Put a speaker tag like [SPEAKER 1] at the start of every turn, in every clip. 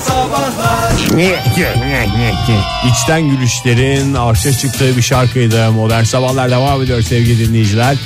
[SPEAKER 1] sabahlar
[SPEAKER 2] İçten gülüşlerin arşa çıktığı bir şarkıydı. Modern Sabahlar devam ediyor sevgili dinleyiciler.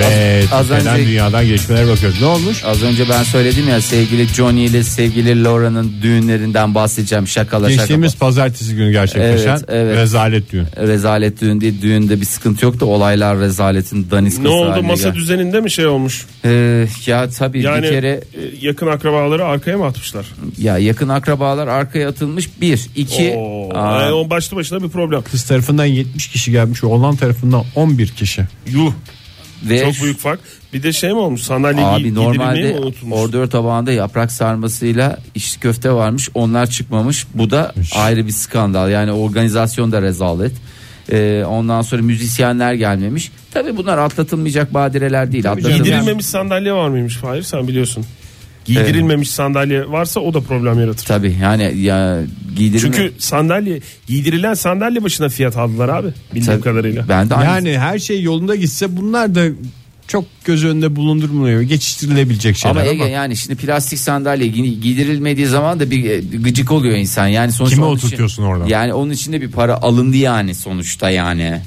[SPEAKER 2] Ve
[SPEAKER 3] Az- az
[SPEAKER 2] tepeden
[SPEAKER 3] önce-
[SPEAKER 2] dünyadan gelişmelere bakıyoruz. Ne olmuş?
[SPEAKER 3] Az önce ben söyledim ya sevgili Johnny ile sevgili Laura'nın düğünlerinden bahsedeceğim şakala
[SPEAKER 2] Geçtiğimiz pazartesi günü gerçekleşen
[SPEAKER 3] Evet, evet.
[SPEAKER 2] rezalet düğün.
[SPEAKER 3] şaka. Rezalet düğün değil düğünde bir sıkıntı yoktu olaylar rezaletin daniskası
[SPEAKER 4] Ne oldu
[SPEAKER 3] haline
[SPEAKER 4] masa
[SPEAKER 3] geldi.
[SPEAKER 4] düzeninde mi şey olmuş?
[SPEAKER 3] Ee, ya tabii
[SPEAKER 4] Yani
[SPEAKER 3] bir kere
[SPEAKER 4] e, yakın akrabaları arkaya mı atmışlar?
[SPEAKER 3] ya yakın akrabalar arkaya atılmış bir iki
[SPEAKER 4] Oo,
[SPEAKER 3] Aa,
[SPEAKER 4] yani o başlı başına bir problem.
[SPEAKER 2] Kız tarafından 70 kişi gelmiş. Oğlan tarafından 11 kişi.
[SPEAKER 4] Yuh
[SPEAKER 3] ve
[SPEAKER 4] çok büyük fark. Bir de şey mi olmuş sandalye gi-
[SPEAKER 3] Abi
[SPEAKER 4] giydirilmeyi mi
[SPEAKER 3] normalde
[SPEAKER 4] unutulmuş?
[SPEAKER 3] ordör tabağında yaprak sarmasıyla içli köfte varmış. Onlar çıkmamış. Bu da ayrı bir skandal. Yani organizasyon da rezalet. Ee, ondan sonra müzisyenler gelmemiş. Tabii bunlar atlatılmayacak badireler değil. Atlatılmayacak.
[SPEAKER 4] Giydirilmemiş sandalye var mıymış Fahir sen biliyorsun. Giydirilmemiş sandalye varsa o da problem yaratır.
[SPEAKER 3] Tabii yani ya giydirilme.
[SPEAKER 4] Çünkü sandalye giydirilen sandalye başına fiyat aldılar abi bildiğim
[SPEAKER 3] Tabii.
[SPEAKER 4] kadarıyla.
[SPEAKER 3] ben de aynı
[SPEAKER 2] Yani her şey yolunda gitse bunlar da çok göz önünde bulundurmuyor. Geçiştirilebilecek şeyler
[SPEAKER 3] ama
[SPEAKER 2] ama,
[SPEAKER 3] Ege yani şimdi plastik sandalye gi- giydirilmediği zaman da bir e, gıcık oluyor insan. Yani sonuçta
[SPEAKER 2] Kime
[SPEAKER 3] onun için-
[SPEAKER 2] oturtuyorsun orada?
[SPEAKER 3] Yani onun içinde bir para alındı yani sonuçta yani.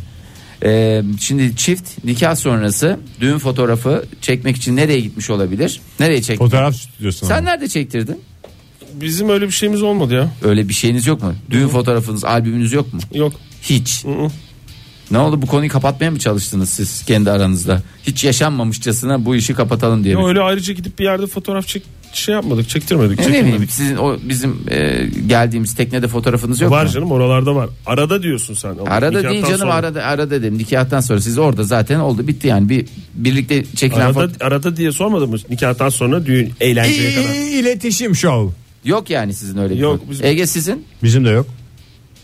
[SPEAKER 3] Ee, şimdi çift nikah sonrası düğün fotoğrafı çekmek için nereye gitmiş olabilir? Nereye çek?
[SPEAKER 2] Fotoğraf stüdyosuna.
[SPEAKER 3] Sen nerede çektirdin?
[SPEAKER 4] Bizim öyle bir şeyimiz olmadı ya.
[SPEAKER 3] Öyle bir şeyiniz yok mu? Düğün fotoğrafınız, albümünüz yok mu?
[SPEAKER 4] Yok.
[SPEAKER 3] Hiç.
[SPEAKER 4] Hı-hı.
[SPEAKER 3] Ne oldu bu konuyu kapatmaya mı çalıştınız siz kendi aranızda? Hiç yaşanmamışçasına bu işi kapatalım diye. mi?
[SPEAKER 4] Öyle ayrıca gidip bir yerde fotoğraf çek şey yapmadık, çektirmedik,
[SPEAKER 3] Ne
[SPEAKER 4] çekinmedik.
[SPEAKER 3] bileyim sizin o bizim e, geldiğimiz teknede fotoğrafınız yok
[SPEAKER 4] var
[SPEAKER 3] mu?
[SPEAKER 4] canım oralarda var. Arada diyorsun sen. ama
[SPEAKER 3] Arada
[SPEAKER 4] nikahtan
[SPEAKER 3] değil canım
[SPEAKER 4] sonra.
[SPEAKER 3] arada arada dedim nikahtan sonra siz orada zaten oldu bitti yani bir birlikte çekilen foto-
[SPEAKER 4] Arada, arada diye sormadın mı? Nikahtan sonra düğün eğlenceye kadar.
[SPEAKER 2] İletişim şov.
[SPEAKER 3] Yok yani sizin öyle bir
[SPEAKER 4] Yok,
[SPEAKER 3] foto-
[SPEAKER 4] bizim-
[SPEAKER 3] Ege sizin
[SPEAKER 2] Bizim de yok.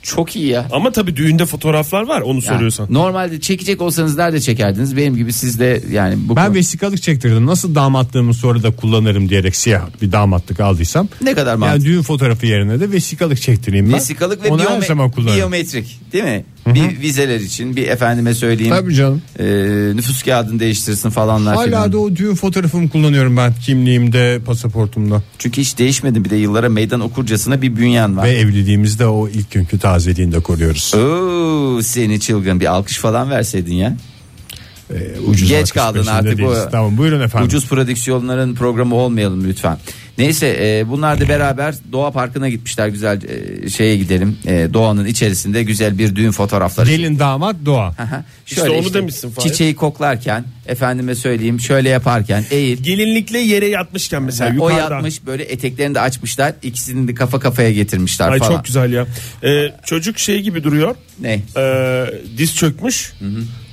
[SPEAKER 3] çok iyi ya.
[SPEAKER 4] Ama tabii düğünde fotoğraflar var onu
[SPEAKER 3] Yani
[SPEAKER 4] soruyorsan.
[SPEAKER 3] normalde çekecek olsanız nerede çekerdiniz? Benim gibi siz de yani bu
[SPEAKER 2] Ben
[SPEAKER 3] konu-
[SPEAKER 2] vesikalık çektirdim. Nasıl damatlığımı sonra da kullanırım diyerek siyah bir damatlık aldıysam.
[SPEAKER 3] ne kadar mantıklı.
[SPEAKER 2] Yani düğün fotoğrafı yerine de vesikalık çektireyim ben.
[SPEAKER 3] Vesikalık ve
[SPEAKER 2] Onu her
[SPEAKER 3] biyome-
[SPEAKER 2] zaman kullanırım.
[SPEAKER 3] biyometrik değil mi? Bir vizeler için bir efendime söyleyeyim.
[SPEAKER 2] Tabii canım.
[SPEAKER 3] e, nüfus kağıdını değiştirsin falanlar
[SPEAKER 2] Hala
[SPEAKER 3] filan.
[SPEAKER 2] da o düğün fotoğrafımı kullanıyorum ben kimliğimde, pasaportumda.
[SPEAKER 3] Çünkü hiç değişmedi bir de yıllara meydan okurcasına bir bünyen var.
[SPEAKER 2] Ve evliliğimizde o ilk günkü tazeliğini de koruyoruz.
[SPEAKER 3] Oo, seni çılgın bir alkış falan verseydin ya.
[SPEAKER 2] Ee, ucuz
[SPEAKER 3] Geç
[SPEAKER 2] alkış
[SPEAKER 3] kaldın
[SPEAKER 2] peşinde
[SPEAKER 3] artık
[SPEAKER 2] değiliz.
[SPEAKER 3] bu-
[SPEAKER 2] Tamam buyurun efendim.
[SPEAKER 3] Ucuz prodüksiyonların programı olmayalım lütfen. Neyse e, bunlar da beraber Doğa Parkı'na gitmişler güzel e, şeye gidelim. E, doğanın içerisinde güzel bir düğün fotoğrafları.
[SPEAKER 2] Gelin damat doğa.
[SPEAKER 3] Aha,
[SPEAKER 4] İşte onu demişsin Fahir.
[SPEAKER 3] Çiçeği koklarken efendime söyleyeyim şöyle yaparken eğil.
[SPEAKER 4] Gelinlikle yere yatmışken mesela
[SPEAKER 3] o
[SPEAKER 4] yukarıda.
[SPEAKER 3] yatmış böyle eteklerini de açmışlar ikisini de kafa kafaya getirmişler
[SPEAKER 4] Ay
[SPEAKER 3] falan.
[SPEAKER 4] çok güzel ya. Ee, çocuk şey gibi duruyor.
[SPEAKER 3] Ne?
[SPEAKER 4] Ee, diz çökmüş.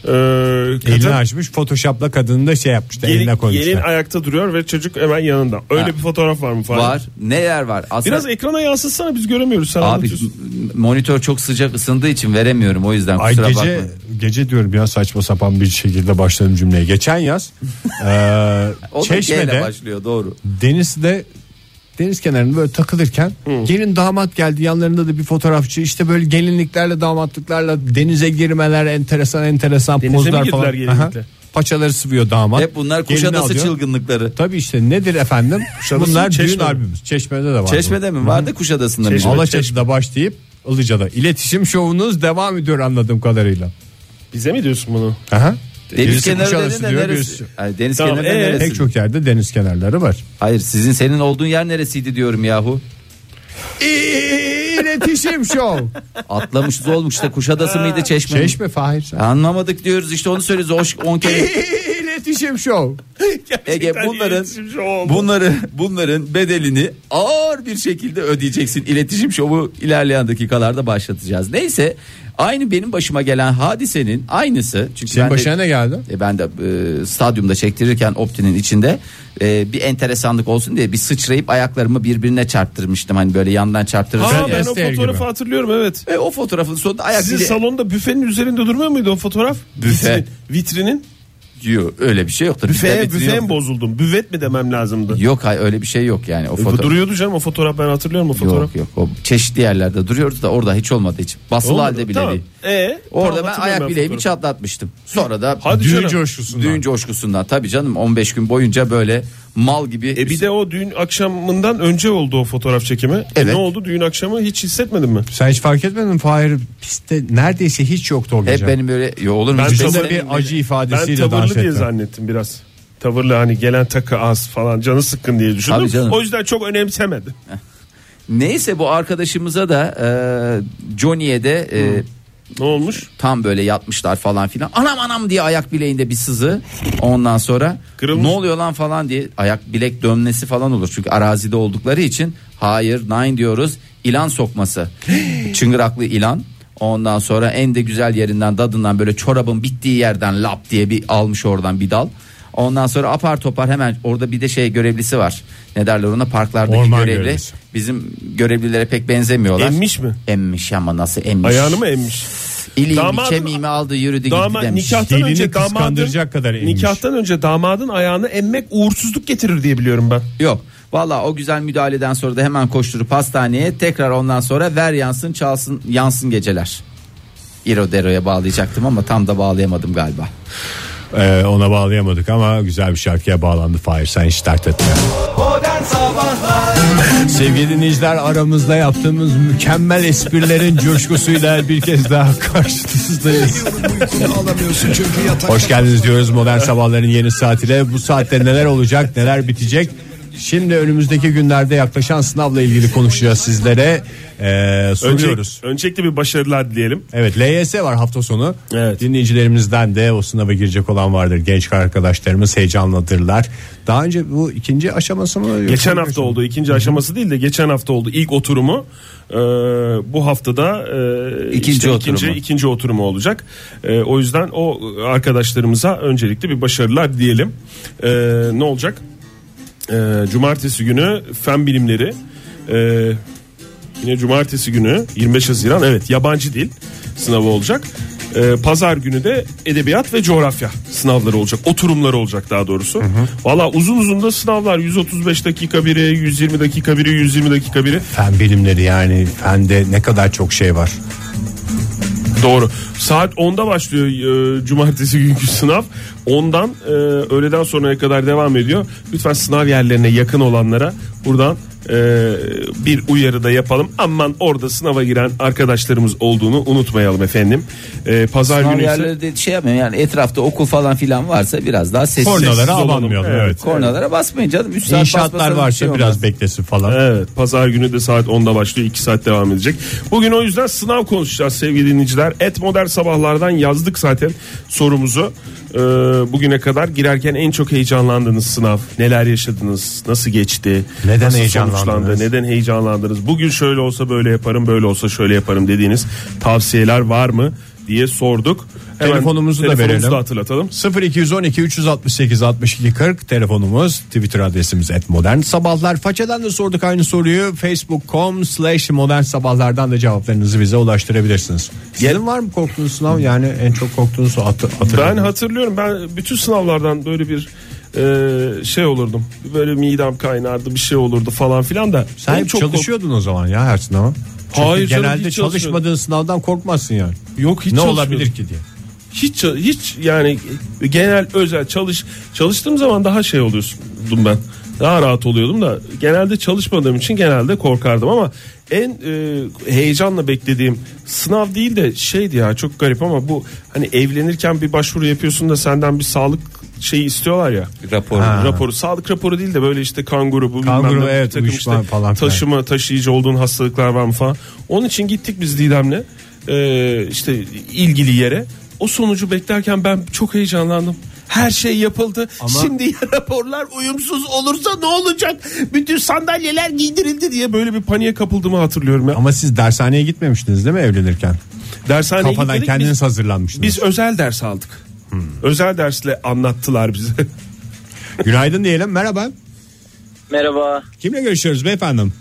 [SPEAKER 4] Ee, kadın
[SPEAKER 2] Elini açmış Photoshop'la kadını da şey yapmışlar
[SPEAKER 4] gelin,
[SPEAKER 2] eline
[SPEAKER 4] gelin
[SPEAKER 2] koymuşlar.
[SPEAKER 4] ayakta duruyor ve çocuk hemen yanında. Öyle
[SPEAKER 3] Ha.
[SPEAKER 4] bir fotoğraf var mı Fahir?
[SPEAKER 3] Var neler var? Aslında,
[SPEAKER 4] Biraz ekrana yansıtsana biz göremiyoruz. Sen
[SPEAKER 3] abi
[SPEAKER 4] anlatıyorsun.
[SPEAKER 3] m- monitör çok sıcak ısındığı için veremiyorum o yüzden
[SPEAKER 2] Ay
[SPEAKER 3] kusura
[SPEAKER 2] gece
[SPEAKER 3] bakma.
[SPEAKER 2] gece diyorum ya saçma sapan bir şekilde başladım cümleye. Geçen yaz e,
[SPEAKER 3] O da G ile
[SPEAKER 2] Çeşme'de
[SPEAKER 3] başlıyor doğru.
[SPEAKER 2] denizde deniz kenarında böyle takılırken gelin damat geldi yanlarında da bir fotoğrafçı işte böyle gelinliklerle damatlıklarla denize girmeler enteresan enteresan
[SPEAKER 4] Denize mi
[SPEAKER 2] pozlar
[SPEAKER 4] girdiler
[SPEAKER 2] falan.
[SPEAKER 4] gelinlikle?
[SPEAKER 2] Aha. Paçaları sıvıyor damat.
[SPEAKER 3] Hep bunlar
[SPEAKER 2] Gelini
[SPEAKER 3] Kuşadası
[SPEAKER 2] alıyor.
[SPEAKER 3] çılgınlıkları.
[SPEAKER 2] Tabii işte nedir efendim?
[SPEAKER 4] Kuşadası
[SPEAKER 2] Bunlar
[SPEAKER 4] mı,
[SPEAKER 2] düğün
[SPEAKER 4] Çeşme mi?
[SPEAKER 2] albümümüz. Çeşme'de de var. bu.
[SPEAKER 3] Çeşme'de mi vardı Kuşadası'nda mı?
[SPEAKER 4] Çeşme.
[SPEAKER 3] vardı?
[SPEAKER 2] Alaçatı'da başlayıp Ilıca'da. İletişim şovunuz devam ediyor anladığım kadarıyla.
[SPEAKER 4] Bize mi diyorsun bunu?
[SPEAKER 2] Aha.
[SPEAKER 3] Deniz
[SPEAKER 2] Birisi
[SPEAKER 3] kenarı
[SPEAKER 2] Kuşadası
[SPEAKER 3] dedin de
[SPEAKER 2] diyor,
[SPEAKER 3] neresi?
[SPEAKER 2] birisi- e,
[SPEAKER 3] Ay, deniz
[SPEAKER 4] Tamam,
[SPEAKER 3] kenarı
[SPEAKER 4] ee?
[SPEAKER 3] neresi?
[SPEAKER 2] Pek çok yerde deniz kenarları var.
[SPEAKER 3] Hayır sizin senin olduğun yer neresiydi diyorum yahu.
[SPEAKER 2] İletişim şov.
[SPEAKER 3] Atlamışız olmuş işte Kuşadası mıydı Çeşme mi?
[SPEAKER 2] Çeşme Fahir sen.
[SPEAKER 3] Anlamadık diyoruz işte onu söylüyoruz. Hoş 10 kere.
[SPEAKER 2] İletişim şov.
[SPEAKER 3] Ege bunların
[SPEAKER 4] iletişim şovu.
[SPEAKER 3] bunları bunların bedelini ağır bir şekilde ödeyeceksin. İletişim şovu ilerleyen dakikalarda başlatacağız. Neyse aynı benim başıma gelen hadisenin aynısı. Çünkü
[SPEAKER 2] Senin
[SPEAKER 3] ben de-
[SPEAKER 2] başına ne geldi?
[SPEAKER 3] E, ben de e, stadyumda çektirirken Opti'nin içinde e, bir enteresanlık olsun diye bir sıçrayıp ayaklarımı birbirine çarptırmıştım. Hani böyle yandan çarptırırsın
[SPEAKER 4] Ha
[SPEAKER 3] ya.
[SPEAKER 4] ben o
[SPEAKER 2] Esther
[SPEAKER 4] fotoğrafı
[SPEAKER 2] gibi.
[SPEAKER 4] hatırlıyorum evet.
[SPEAKER 3] Ve E, o fotoğrafın sonunda ayak
[SPEAKER 4] Sizin
[SPEAKER 3] bile-
[SPEAKER 4] salonda büfenin üzerinde durmuyor muydu o fotoğraf?
[SPEAKER 3] Büfe.
[SPEAKER 4] Vitrinin. vitrinin.
[SPEAKER 3] Yo, öyle bir şey yoktur. Bizde
[SPEAKER 4] Büfeye,
[SPEAKER 3] vitrin
[SPEAKER 4] büfeye
[SPEAKER 3] yoktur.
[SPEAKER 4] mi bozuldum? Büvet mi demem lazımdı?
[SPEAKER 3] Yok hayır öyle bir şey yok yani o
[SPEAKER 4] E, bu
[SPEAKER 3] fotoğraf.
[SPEAKER 4] Duruyordu canım o fotoğraf ben hatırlıyorum o fotoğraf.
[SPEAKER 3] Yok yok o çeşitli yerlerde duruyordu da orada hiç olmadı hiç. Basılı
[SPEAKER 4] Olmadı.
[SPEAKER 3] halde bile
[SPEAKER 4] Tamam.
[SPEAKER 3] değil.
[SPEAKER 4] E,
[SPEAKER 3] Orada
[SPEAKER 4] tamam,
[SPEAKER 3] ben ayak
[SPEAKER 4] hatırlıyorum
[SPEAKER 3] bileğimi
[SPEAKER 4] fotoğrafı.
[SPEAKER 3] çatlatmıştım. Sonra da
[SPEAKER 4] Hadi
[SPEAKER 2] Düğün
[SPEAKER 4] canım.
[SPEAKER 2] coşkusundan.
[SPEAKER 3] düğün coşkusundan tabii canım 15 gün boyunca böyle mal gibi.
[SPEAKER 4] E bir de o düğün akşamından önce oldu o fotoğraf çekimi. E
[SPEAKER 3] Evet.
[SPEAKER 4] ne oldu düğün akşamı hiç hissetmedin mi?
[SPEAKER 2] Sen hiç fark etmedin mi? Fahir pistte neredeyse hiç yoktu o gece.
[SPEAKER 3] hep benim böyle şey yo olur mu?
[SPEAKER 4] Ben
[SPEAKER 3] Hiç
[SPEAKER 4] sabah-
[SPEAKER 3] benim-
[SPEAKER 2] Üstünde bir acı
[SPEAKER 4] Ben
[SPEAKER 2] ifadesiyle dans
[SPEAKER 4] tavırlı diye
[SPEAKER 2] etti.
[SPEAKER 4] zannettim biraz. Tavırlı hani gelen takı az falan canı sıkkın diye düşündüm.
[SPEAKER 3] Tabii canım.
[SPEAKER 4] O yüzden çok önemsemedim.
[SPEAKER 3] Neyse bu arkadaşımıza da e, Johnny'e de e,
[SPEAKER 4] Ne olmuş?
[SPEAKER 3] tam böyle yatmışlar falan filan. Anam anam diye ayak bileğinde bir sızı. Ondan sonra
[SPEAKER 4] Kırılmış.
[SPEAKER 3] ne oluyor lan falan diye ayak bilek dönmesi falan olur. Çünkü arazide oldukları için hayır nine diyoruz ilan sokması. Çıngıraklı ilan. Ondan sonra en de güzel yerinden dadından böyle çorabın bittiği yerden lap diye bir almış oradan bir dal. Ondan sonra apar topar hemen orada bir de şey görevlisi var. Ne derler ona parklardaki
[SPEAKER 2] Orman
[SPEAKER 3] görevli.
[SPEAKER 2] görevlisi.
[SPEAKER 3] Bizim görevlilere pek benzemiyorlar.
[SPEAKER 4] Emmiş mi?
[SPEAKER 3] Emmiş ama nasıl emmiş.
[SPEAKER 4] Ayağını mı emmiş?
[SPEAKER 3] İliğimi
[SPEAKER 4] Damadın-
[SPEAKER 3] kemiğimi aldı yürüdü gitti
[SPEAKER 4] Damat
[SPEAKER 3] demiş.
[SPEAKER 4] nikahtan
[SPEAKER 2] Dilini
[SPEAKER 4] önce damadın
[SPEAKER 2] kıskandıracak kadar emmiş.
[SPEAKER 4] nikahtan önce damadın ayağını emmek uğursuzluk getirir diye biliyorum ben.
[SPEAKER 3] Yok valla o güzel müdahaleden sonra da hemen koşturup hastaneye tekrar ondan sonra ver yansın çalsın yansın geceler. İro Dero'ya bağlayacaktım ama tam da bağlayamadım galiba.
[SPEAKER 2] Ee, ona bağlayamadık ama güzel bir şarkıya bağlandı Fahir. Sen hiç dert etme.
[SPEAKER 1] Modern Sabahlar
[SPEAKER 2] Sevgili dinleyiciler aramızda yaptığımız mükemmel esprilerin coşkusuyla bir kez daha karşınızdayız.
[SPEAKER 1] Uykunu alamıyorsun çünkü yatak
[SPEAKER 2] Hoş geldiniz diyoruz modern sabahların yeni saatine. Bu saatte neler olacak neler bitecek. Şimdi önümüzdeki günlerde yaklaşan sınavla ilgili konuşacağız sizlere. Ee, soruyoruz.
[SPEAKER 4] Öncelik- öncelikle bir başarılar dileyelim.
[SPEAKER 2] Evet LYS var hafta sonu.
[SPEAKER 4] Evet.
[SPEAKER 2] Dinleyicilerimizden de o sınava girecek olan vardır. Genç arkadaşlarımız heyecanlıdırlar. Daha önce bu ikinci aşaması mı? yoksa
[SPEAKER 4] Geçen
[SPEAKER 2] bir
[SPEAKER 4] hafta
[SPEAKER 2] aşama-
[SPEAKER 4] oldu ikinci aşaması değil de geçen hafta oldu ilk oturumu. Ee, bu haftada e,
[SPEAKER 3] İkinci oturumu.
[SPEAKER 4] ikinci, ikinci oturumu olacak. Ee, o yüzden o arkadaşlarımıza öncelikle bir başarılar diyelim. Ee, ne olacak? Ee, cumartesi günü fen bilimleri e, yine cumartesi günü 25 Haziran evet yabancı dil sınavı olacak. Ee, Pazar günü de edebiyat ve coğrafya sınavları olacak. Oturumları olacak daha doğrusu. Valla uzun uzun da sınavlar 135 dakika biri, 120 dakika biri, 120 dakika biri.
[SPEAKER 2] Fen bilimleri yani fende ne kadar çok şey var.
[SPEAKER 4] Doğru. Saat 10'da başlıyor e, cumartesi günkü sınav. Ondan e, öğleden sonraya kadar devam ediyor. Lütfen sınav yerlerine yakın olanlara buradan e, bir uyarı da yapalım. Aman orada sınava giren arkadaşlarımız olduğunu unutmayalım efendim. E, pazar
[SPEAKER 3] Sınav
[SPEAKER 4] günü ise-
[SPEAKER 3] yerleri de şey yapmayın yani etrafta okul falan filan varsa biraz daha sessiz.
[SPEAKER 2] Kornalara
[SPEAKER 4] olalım.
[SPEAKER 2] abanmayalım evet.
[SPEAKER 4] Evet.
[SPEAKER 3] Kornalara basmayın canım. Üç saat
[SPEAKER 2] İnşaatlar
[SPEAKER 3] basmasanız bir
[SPEAKER 2] varsa
[SPEAKER 3] şey olmaz.
[SPEAKER 2] biraz beklesin falan.
[SPEAKER 4] Evet pazar günü de saat 10'da başlıyor 2 saat devam edecek. Bugün o yüzden sınav konuşacağız sevgili dinleyiciler. Et modern sabahlardan yazdık zaten sorumuzu. Ee, bugüne kadar girerken en çok heyecanlandığınız sınav neler yaşadınız nasıl geçti
[SPEAKER 2] Neden
[SPEAKER 4] nasıl
[SPEAKER 2] heyecanlandınız?
[SPEAKER 4] sonuçlandı, neden heyecanlandınız bugün şöyle olsa böyle yaparım böyle olsa şöyle yaparım dediğiniz tavsiyeler var mı diye sorduk.
[SPEAKER 2] Telefonumuzu da verelim.
[SPEAKER 4] hatırlatalım.
[SPEAKER 2] 0212 368 62 40 telefonumuz Twitter adresimiz et modern sabahlar façadan da sorduk aynı soruyu facebook.com slash modern sabahlardan da cevaplarınızı bize ulaştırabilirsiniz. Sizin var mı korktuğunuz sınav yani en çok korktuğunuz hatı,
[SPEAKER 4] Ben
[SPEAKER 2] hatırladınız?
[SPEAKER 4] hatırlıyorum ben bütün sınavlardan böyle bir e, şey olurdum. Böyle midem kaynardı bir şey olurdu falan filan da.
[SPEAKER 2] Sen
[SPEAKER 4] En
[SPEAKER 2] hep
[SPEAKER 4] çok
[SPEAKER 2] çalışıyordun o zaman ya her sınava. Çünkü
[SPEAKER 4] Hayır canım,
[SPEAKER 2] genelde
[SPEAKER 4] hiç çalışmıyorum.
[SPEAKER 2] çalışmadığın sınavdan korkmazsın yani.
[SPEAKER 4] kork- Yok hiç
[SPEAKER 2] ne
[SPEAKER 4] çalışmıyordum.
[SPEAKER 2] olabilir ki diye.
[SPEAKER 4] Hiç ça- hiç yani genel özel çalış çalıştığım zaman daha şey oluyordum ben. Daha rahat oluyordum da genelde çalışmadığım için genelde korkardım ama en e, heyecanla beklediğim sınav değil de şeydi ya çok garip ama bu hani evlenirken bir başvuru yapıyorsun da senden bir sağlık şeyi istiyorlar ya.
[SPEAKER 3] Rapor.
[SPEAKER 2] Ha.
[SPEAKER 4] raporu sağlık raporu değil de böyle işte kan grubu bilmem
[SPEAKER 2] Kanguru,
[SPEAKER 4] ne, bir
[SPEAKER 2] evet,
[SPEAKER 4] takım
[SPEAKER 2] uyuşma falan filan.
[SPEAKER 4] taşıma taşıyıcı olduğun hastalıklar var mı falan. Onun için gittik biz Didem'le e, işte ilgili yere. O sonucu beklerken ben çok heyecanlandım. Her şey yapıldı. Şimdi raporlar uyumsuz olursa ne olacak? Bütün sandalyeler giydirildi diye böyle bir paniğe kapıldığımı hatırlıyorum ya.
[SPEAKER 2] Ama siz dershaneye gitmemiştiniz değil mi evlenirken?
[SPEAKER 4] Dershaneye
[SPEAKER 2] Kafadan
[SPEAKER 4] gitmedik,
[SPEAKER 2] kendiniz
[SPEAKER 4] biz,
[SPEAKER 2] hazırlanmıştınız.
[SPEAKER 4] biz özel ders aldık. Özel dersle anlattılar bize.
[SPEAKER 2] Günaydın diyelim merhaba.
[SPEAKER 5] Merhaba.
[SPEAKER 2] Kimle görüşüyoruz beyefendim?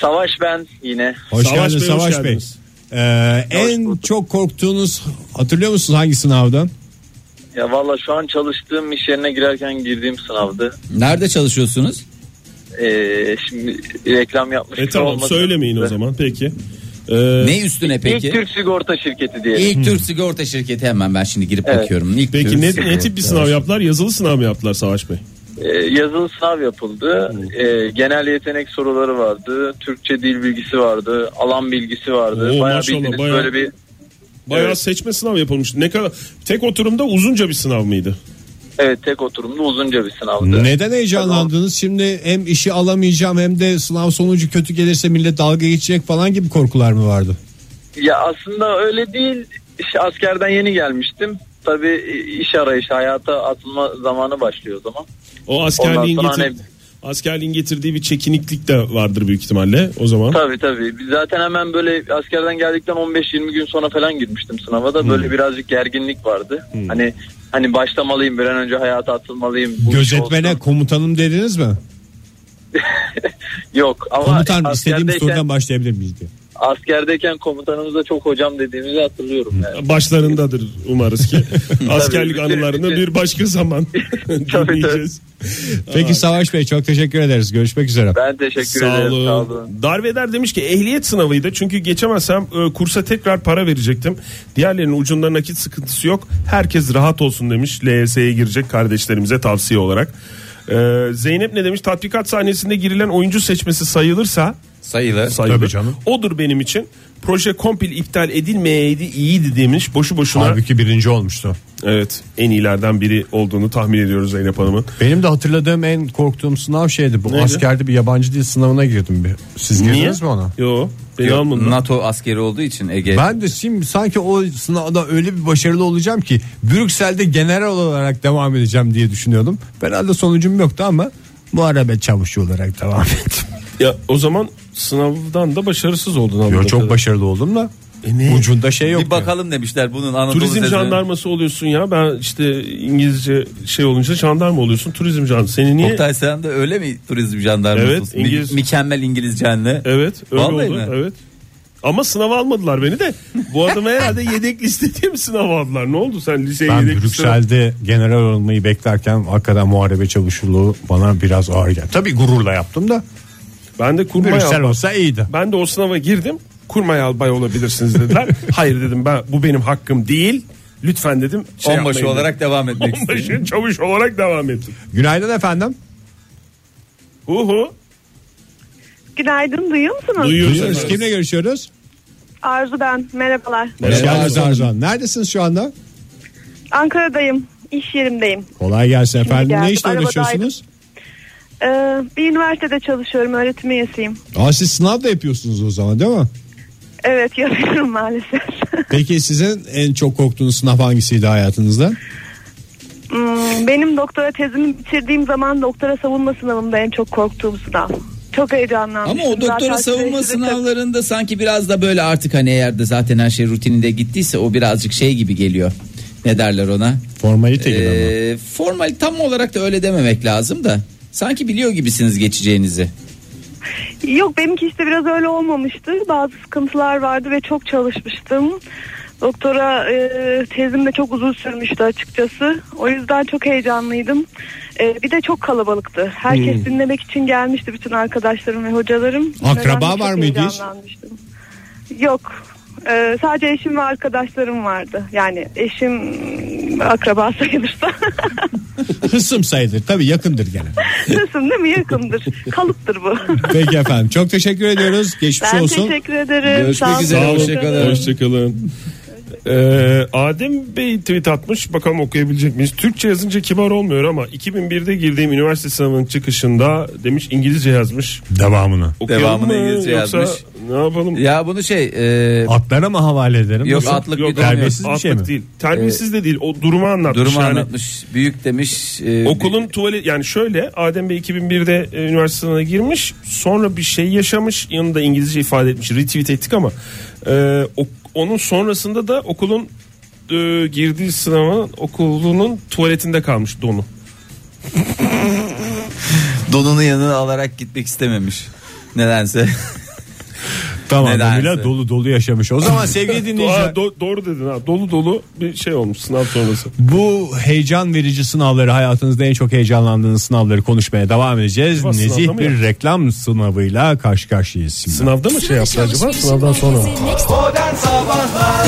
[SPEAKER 5] Savaş ben yine.
[SPEAKER 2] Hoş
[SPEAKER 4] Savaş
[SPEAKER 2] geldiniz
[SPEAKER 4] Bey, hoş
[SPEAKER 2] Savaş Bey.
[SPEAKER 4] geldiniz.
[SPEAKER 2] Ee, en çok korktuğunuz hatırlıyor musunuz hangi sınavdan?
[SPEAKER 5] Ya valla şu an çalıştığım iş yerine girerken girdiğim sınavdı.
[SPEAKER 3] Nerede çalışıyorsunuz?
[SPEAKER 5] Ee, şimdi reklam yapmış.
[SPEAKER 4] e
[SPEAKER 5] gibi
[SPEAKER 4] tamam
[SPEAKER 5] olmasın.
[SPEAKER 4] söylemeyin o zaman peki. Ee,
[SPEAKER 3] Ne üstüne
[SPEAKER 5] İlk
[SPEAKER 3] peki?
[SPEAKER 5] Türk sigorta şirketi diye.
[SPEAKER 3] İlk Türk sigorta şirketi hemen ben şimdi girip
[SPEAKER 5] Evet.
[SPEAKER 3] bakıyorum. İlk
[SPEAKER 4] Peki
[SPEAKER 3] Türk
[SPEAKER 4] ne, ne
[SPEAKER 3] Sigorta.
[SPEAKER 4] tip bir sınav yaptılar? Yazılı sınav mı yaptılar Savaş Bey?
[SPEAKER 5] Ee, yazılı sınav yapıldı. Ee, genel yetenek soruları vardı. Türkçe dil bilgisi vardı. Alan bilgisi vardı.
[SPEAKER 4] Oo,
[SPEAKER 5] bayağı
[SPEAKER 4] maşallah,
[SPEAKER 5] bildiğiniz
[SPEAKER 4] bayağı.
[SPEAKER 5] böyle bir
[SPEAKER 4] Bayağı
[SPEAKER 5] Evet.
[SPEAKER 4] seçme sınav yapılmış. Ne kadar tek oturumda uzunca bir sınav mıydı?
[SPEAKER 5] evet tek oturumda uzunca bir sınavdı.
[SPEAKER 2] Neden heyecanlandınız? Şimdi hem işi alamayacağım hem de sınav sonucu kötü gelirse millet dalga geçecek falan gibi korkular mı vardı?
[SPEAKER 5] Ya aslında öyle değil. İşte askerden yeni gelmiştim. Tabii iş arayışı hayata atılma zamanı başlıyor o zaman.
[SPEAKER 4] O askerliğin
[SPEAKER 5] Ondan sonra hani-
[SPEAKER 4] getir- askerliğin getirdiği bir çekiniklik de vardır büyük ihtimalle o zaman.
[SPEAKER 5] Tabii tabii. Biz Zaten hemen böyle askerden geldikten 15-20 gün sonra falan girmiştim sınava da
[SPEAKER 4] Hmm.
[SPEAKER 5] böyle birazcık gerginlik vardı. Hani hani başlamalıyım bir an önce hayata atılmalıyım. bu iş
[SPEAKER 2] Gözetmene
[SPEAKER 5] olsun.
[SPEAKER 2] komutanım dediniz mi?
[SPEAKER 5] Yok ama
[SPEAKER 2] Komutan istediğimiz
[SPEAKER 5] askerdeyken,
[SPEAKER 2] sorudan başlayabilir miyiz diye.
[SPEAKER 5] askerdeyken komutanımıza çok hocam dediğimizi
[SPEAKER 4] Hmm.
[SPEAKER 5] hatırlıyorum yani.
[SPEAKER 4] Başlarındadır umarız ki. Askerlik
[SPEAKER 5] Tabii,
[SPEAKER 4] anılarını
[SPEAKER 5] bütün-
[SPEAKER 4] bir başka zaman
[SPEAKER 5] tabii.
[SPEAKER 4] dinleyeceğiz.
[SPEAKER 2] Peki Savaş Bey çok teşekkür ederiz. Görüşmek üzere.
[SPEAKER 5] Ben teşekkür
[SPEAKER 4] Sağ
[SPEAKER 5] ederim.
[SPEAKER 4] olun.
[SPEAKER 5] Sağ olun.
[SPEAKER 4] Darveder demiş ki ehliyet sınavıydı. Çünkü geçemezsem e, kursa tekrar para verecektim. Diğerlerinin ucunda nakit sıkıntısı yok. Herkes rahat olsun demiş. LYS'ye girecek kardeşlerimize tavsiye olarak. E, Zeynep ne demiş? Tatbikat sahnesinde girilen oyuncu seçmesi sayılırsa
[SPEAKER 3] Sayılı.
[SPEAKER 4] sayılır.
[SPEAKER 2] Tabii canım.
[SPEAKER 4] Odur benim için. Proje kompil iptal edilmeyeydi iyiydi demiş. Boşu boşuna.
[SPEAKER 2] Halbuki birinci olmuştu.
[SPEAKER 4] Evet en iyilerden biri olduğunu tahmin ediyoruz Zeynep Hanım'ın.
[SPEAKER 2] Benim de hatırladığım en korktuğum sınav şeydi. Bu
[SPEAKER 4] Neydi?
[SPEAKER 2] askerde bir yabancı dil sınavına girdim bir. Siz girdiniz mi ona?
[SPEAKER 4] Yo beni almadılar.
[SPEAKER 3] NATO askeri olduğu için Ege.
[SPEAKER 2] Ben de şimdi sanki o sınavda öyle bir başarılı olacağım ki Brüksel'de general olarak devam edeceğim diye düşünüyordum. Herhalde sonucum yoktu ama muharebe çavuşu olarak devam ettim.
[SPEAKER 4] Ya o zaman sınavdan da başarısız oldun anladığım
[SPEAKER 2] Yo, çok
[SPEAKER 4] kadarıyla.
[SPEAKER 2] başarılı oldum da
[SPEAKER 4] E ne?
[SPEAKER 2] ucunda şey yok.
[SPEAKER 3] bir bakalım demişler bunun Anadolu
[SPEAKER 4] Turizm
[SPEAKER 3] sezonu.
[SPEAKER 4] jandarması oluyorsun ya. Ben işte İngilizce şey olunca jandarma oluyorsun. Turizm jandarması. Seni niye?
[SPEAKER 3] Oktay sen de öyle mi turizm jandarması?
[SPEAKER 4] Evet,
[SPEAKER 3] olsun?
[SPEAKER 4] İngiliz-
[SPEAKER 3] Mü- mükemmel İngilizcenle.
[SPEAKER 4] Evet öyle
[SPEAKER 3] Vallahi
[SPEAKER 4] oldu.
[SPEAKER 3] mi?
[SPEAKER 4] Evet. Ama sınava almadılar beni de. Bu adamı herhalde yedek listeye mi sınava aldılar? Ne oldu sen liseye
[SPEAKER 2] Ben
[SPEAKER 4] yedek listeye?
[SPEAKER 2] Brüksel'de general olmayı beklerken hakikaten muharebe çavuşluğu bana biraz ağır geldi. Tabii gururla yaptım da
[SPEAKER 4] Ben de kurmay
[SPEAKER 2] Brüksel
[SPEAKER 4] albay.
[SPEAKER 2] olsa iyiydi.
[SPEAKER 4] Ben de o sınava girdim. Kurmay albay olabilirsiniz dediler. Hayır dedim ben bu benim hakkım değil. Lütfen dedim. şey
[SPEAKER 3] onbaşı
[SPEAKER 4] yapmayın
[SPEAKER 3] olarak devam
[SPEAKER 4] dedim.
[SPEAKER 3] etmek istiyorum.
[SPEAKER 4] Onbaşı çavuş olarak devam ettim.
[SPEAKER 2] Günaydın efendim.
[SPEAKER 4] Uhu.
[SPEAKER 6] Günaydın duyuyor musunuz?
[SPEAKER 4] Duyuyoruz.
[SPEAKER 2] Duyuyoruz. Kimle görüşüyoruz?
[SPEAKER 6] Arzu ben merhabalar.
[SPEAKER 2] Hoş
[SPEAKER 3] Merhaba
[SPEAKER 2] geldiniz
[SPEAKER 3] Arzu
[SPEAKER 2] Arzu Hanım. Neredesiniz şu anda?
[SPEAKER 6] Ankara'dayım iş yerimdeyim.
[SPEAKER 2] Kolay gelsin efendim. Ne
[SPEAKER 6] geldim,
[SPEAKER 2] işle
[SPEAKER 6] arabadaydım.
[SPEAKER 2] uğraşıyorsunuz?
[SPEAKER 6] Ee, bir üniversitede çalışıyorum öğretim üyesiyim.
[SPEAKER 2] Aa, siz sınav da yapıyorsunuz o zaman değil mi?
[SPEAKER 6] Evet yapıyorum maalesef.
[SPEAKER 2] Peki sizin en çok korktuğunuz sınav hangisiydi hayatınızda?
[SPEAKER 6] Hmm, Benim doktora tezimi bitirdiğim zaman doktora savunma sınavımda en çok korktuğum sınav. Çok heyecanlandım.
[SPEAKER 7] Ama o doktora savunma sınavlarında sanki biraz da böyle artık hani eğer de zaten her şey rutininde gittiyse o birazcık şey gibi geliyor. Ne derler ona?
[SPEAKER 2] Formalite gibi ama.
[SPEAKER 7] Ee, formal tam olarak da öyle dememek lazım da. Sanki biliyor gibisiniz geçeceğinizi.
[SPEAKER 6] Yok benimki işte biraz öyle olmamıştı. Bazı sıkıntılar vardı ve çok çalışmıştım. Doktora e, tezim de çok uzun sürmüştü açıkçası. O yüzden çok heyecanlıydım. E, bir de çok kalabalıktı. Herkes
[SPEAKER 2] Hmm.
[SPEAKER 6] dinlemek için gelmişti bütün arkadaşlarım ve hocalarım.
[SPEAKER 2] Akraba
[SPEAKER 6] Ben de çok
[SPEAKER 2] var mıydı hiç?
[SPEAKER 6] heyecanlanmıştım. Yok. E, sadece eşim ve arkadaşlarım vardı. Yani eşim akraba sayılırsa.
[SPEAKER 2] Hısım sayılır. Tabii yakındır gene.
[SPEAKER 6] Nasılsın değil mi? Yakındır. Kalıptır bu.
[SPEAKER 2] Peki efendim. Çok teşekkür ediyoruz. Geçmiş
[SPEAKER 6] ben
[SPEAKER 2] şey olsun.
[SPEAKER 6] teşekkür ederim.
[SPEAKER 7] Görüşmek
[SPEAKER 6] Sağ olun.
[SPEAKER 7] üzere,
[SPEAKER 6] Sağ olun.
[SPEAKER 7] hoşçakalın.
[SPEAKER 4] Hoşçakalın. Ee, Adem Bey tweet atmış bakalım okuyabilecek miyiz? Türkçe yazınca kibar olmuyor ama 2001'de girdiğim üniversite sınavının çıkışında demiş İngilizce yazmış.
[SPEAKER 2] Devamını.
[SPEAKER 4] Okuyalım
[SPEAKER 3] Devamını
[SPEAKER 4] mı?
[SPEAKER 3] İngilizce
[SPEAKER 4] Yoksa
[SPEAKER 3] yazmış.
[SPEAKER 4] Ne yapalım?
[SPEAKER 3] Ya bunu şey e,
[SPEAKER 2] Atlara mı havale ederim?
[SPEAKER 3] Yok,
[SPEAKER 2] Yoksa-
[SPEAKER 3] atlık
[SPEAKER 4] Yok,
[SPEAKER 3] bir durum yok. E,
[SPEAKER 2] terbiyesiz bir şey
[SPEAKER 4] Atlık
[SPEAKER 2] mi?
[SPEAKER 4] değil. Terbiyesiz de değil. O durumu anlatmış.
[SPEAKER 3] Durumu
[SPEAKER 4] yani.
[SPEAKER 3] anlatmış. Büyük demiş. e,
[SPEAKER 4] Okulun tuvalet yani şöyle Adem Bey 2001'de e, üniversite sınavına girmiş sonra bir şey yaşamış yanında İngilizce ifade etmiş retweet ettik ama e, o- onun sonrasında da okulun e, girdiği sınavın okulunun tuvaletinde kalmış donu.
[SPEAKER 3] donunu yanına alarak gitmek istememiş. Nedense.
[SPEAKER 2] Tam
[SPEAKER 8] Nedense.
[SPEAKER 2] anlamıyla dolu dolu yaşamış. O zaman sevgili dinleyiciler
[SPEAKER 4] Aa, do- doğru dedin ha. Dolu dolu bir şey olmuş sınav sonrası.
[SPEAKER 2] bu heyecan verici sınavları hayatınızda en çok heyecanlandığınız sınavları konuşmaya devam edeceğiz.
[SPEAKER 4] Acaba sınavda
[SPEAKER 2] Nezih
[SPEAKER 4] mı
[SPEAKER 2] bir
[SPEAKER 4] yaptı?
[SPEAKER 2] reklam sınavıyla karşı karşıyayız şimdi.
[SPEAKER 4] Sınavda mı şey yaptı acaba? Sınavdan sonra mı?
[SPEAKER 9] Modern Sabahlar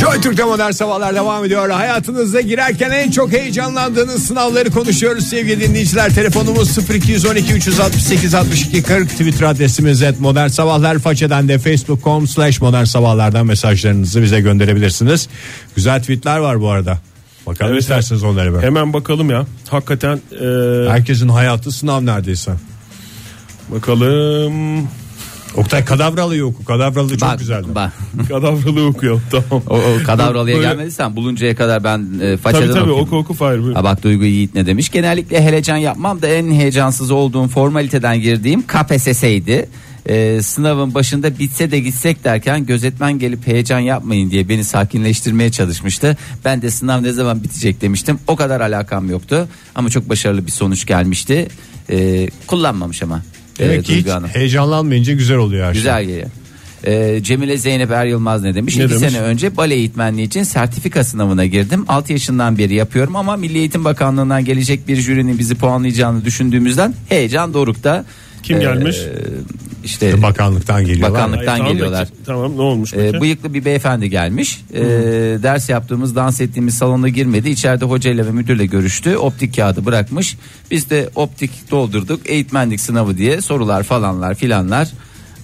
[SPEAKER 2] Joy Türk'te modern sabahlar devam ediyor. Hayatınıza girerken en çok heyecanlandığınız sınavları konuşuyoruz sevgili dinleyiciler. Telefonumuz 0212 368 62 40 Twitter adresimiz et modern sabahlar. Façeden de facebook.com slash modern sabahlardan mesajlarınızı bize gönderebilirsiniz. Güzel tweetler var bu arada. Bakalım
[SPEAKER 4] Evet,
[SPEAKER 2] isterseniz onlara bir.
[SPEAKER 4] Hemen bakalım ya. Hakikaten e,
[SPEAKER 2] Herkesin hayatı sınav neredeyse.
[SPEAKER 4] bakalım.
[SPEAKER 2] Oktay kadavralı yok. Kadavralı çok
[SPEAKER 3] Bak,
[SPEAKER 2] güzeldi.
[SPEAKER 3] bak.
[SPEAKER 4] Kadavralı okuyor. Tamam.
[SPEAKER 3] O, o kadavralıya
[SPEAKER 4] Böyle-
[SPEAKER 3] gelmediysen buluncaya kadar ben e, façeden
[SPEAKER 4] Tabii tabii
[SPEAKER 3] okuyayım.
[SPEAKER 4] oku oku Fahir. buyur.
[SPEAKER 3] Ha bak Duygu Yiğit ne demiş? Genellikle helecan yapmam da en heyecansız olduğum formaliteden girdiğim KPSS'ydi. Ee, sınavın başında bitse de gitsek derken gözetmen gelip heyecan yapmayın diye beni sakinleştirmeye çalışmıştı. Ben de sınav ne zaman bitecek demiştim. O kadar alakam yoktu ama çok başarılı bir sonuç gelmişti. Ee, kullanmamış ama.
[SPEAKER 2] Demek
[SPEAKER 3] ee,
[SPEAKER 2] ki
[SPEAKER 3] Duygu
[SPEAKER 2] hiç
[SPEAKER 3] Hanım.
[SPEAKER 2] heyecanlanmayınca güzel oluyor her şey.
[SPEAKER 3] Güzel geliyor. Ee, Cemile Zeynep Er Yılmaz ne demiş?
[SPEAKER 4] Ne
[SPEAKER 3] 2
[SPEAKER 4] demiş?
[SPEAKER 3] sene önce bale eğitmenliği için sertifika sınavına girdim. 6 yaşından beri yapıyorum ama Milli Eğitim Bakanlığı'ndan gelecek bir jürinin bizi puanlayacağını düşündüğümüzden heyecan dorukta. Ee,
[SPEAKER 4] Kim gelmiş?
[SPEAKER 3] İşte
[SPEAKER 2] Bakanlıktan geliyorlar.
[SPEAKER 3] Bakanlık-
[SPEAKER 4] Ay,
[SPEAKER 3] Bakanlıktan
[SPEAKER 4] tamam da-
[SPEAKER 3] geliyorlar.
[SPEAKER 4] Tamam ne olmuş
[SPEAKER 3] e,
[SPEAKER 4] peki?
[SPEAKER 3] bıyıklı bir beyefendi gelmiş. E, ders yaptığımız, dans ettiğimiz salona girmedi. İçeride hocayla ve müdürle görüştü. Optik kağıdı bırakmış. Biz de optik doldurduk. Eğitmenlik sınavı diye sorular falanlar filanlar.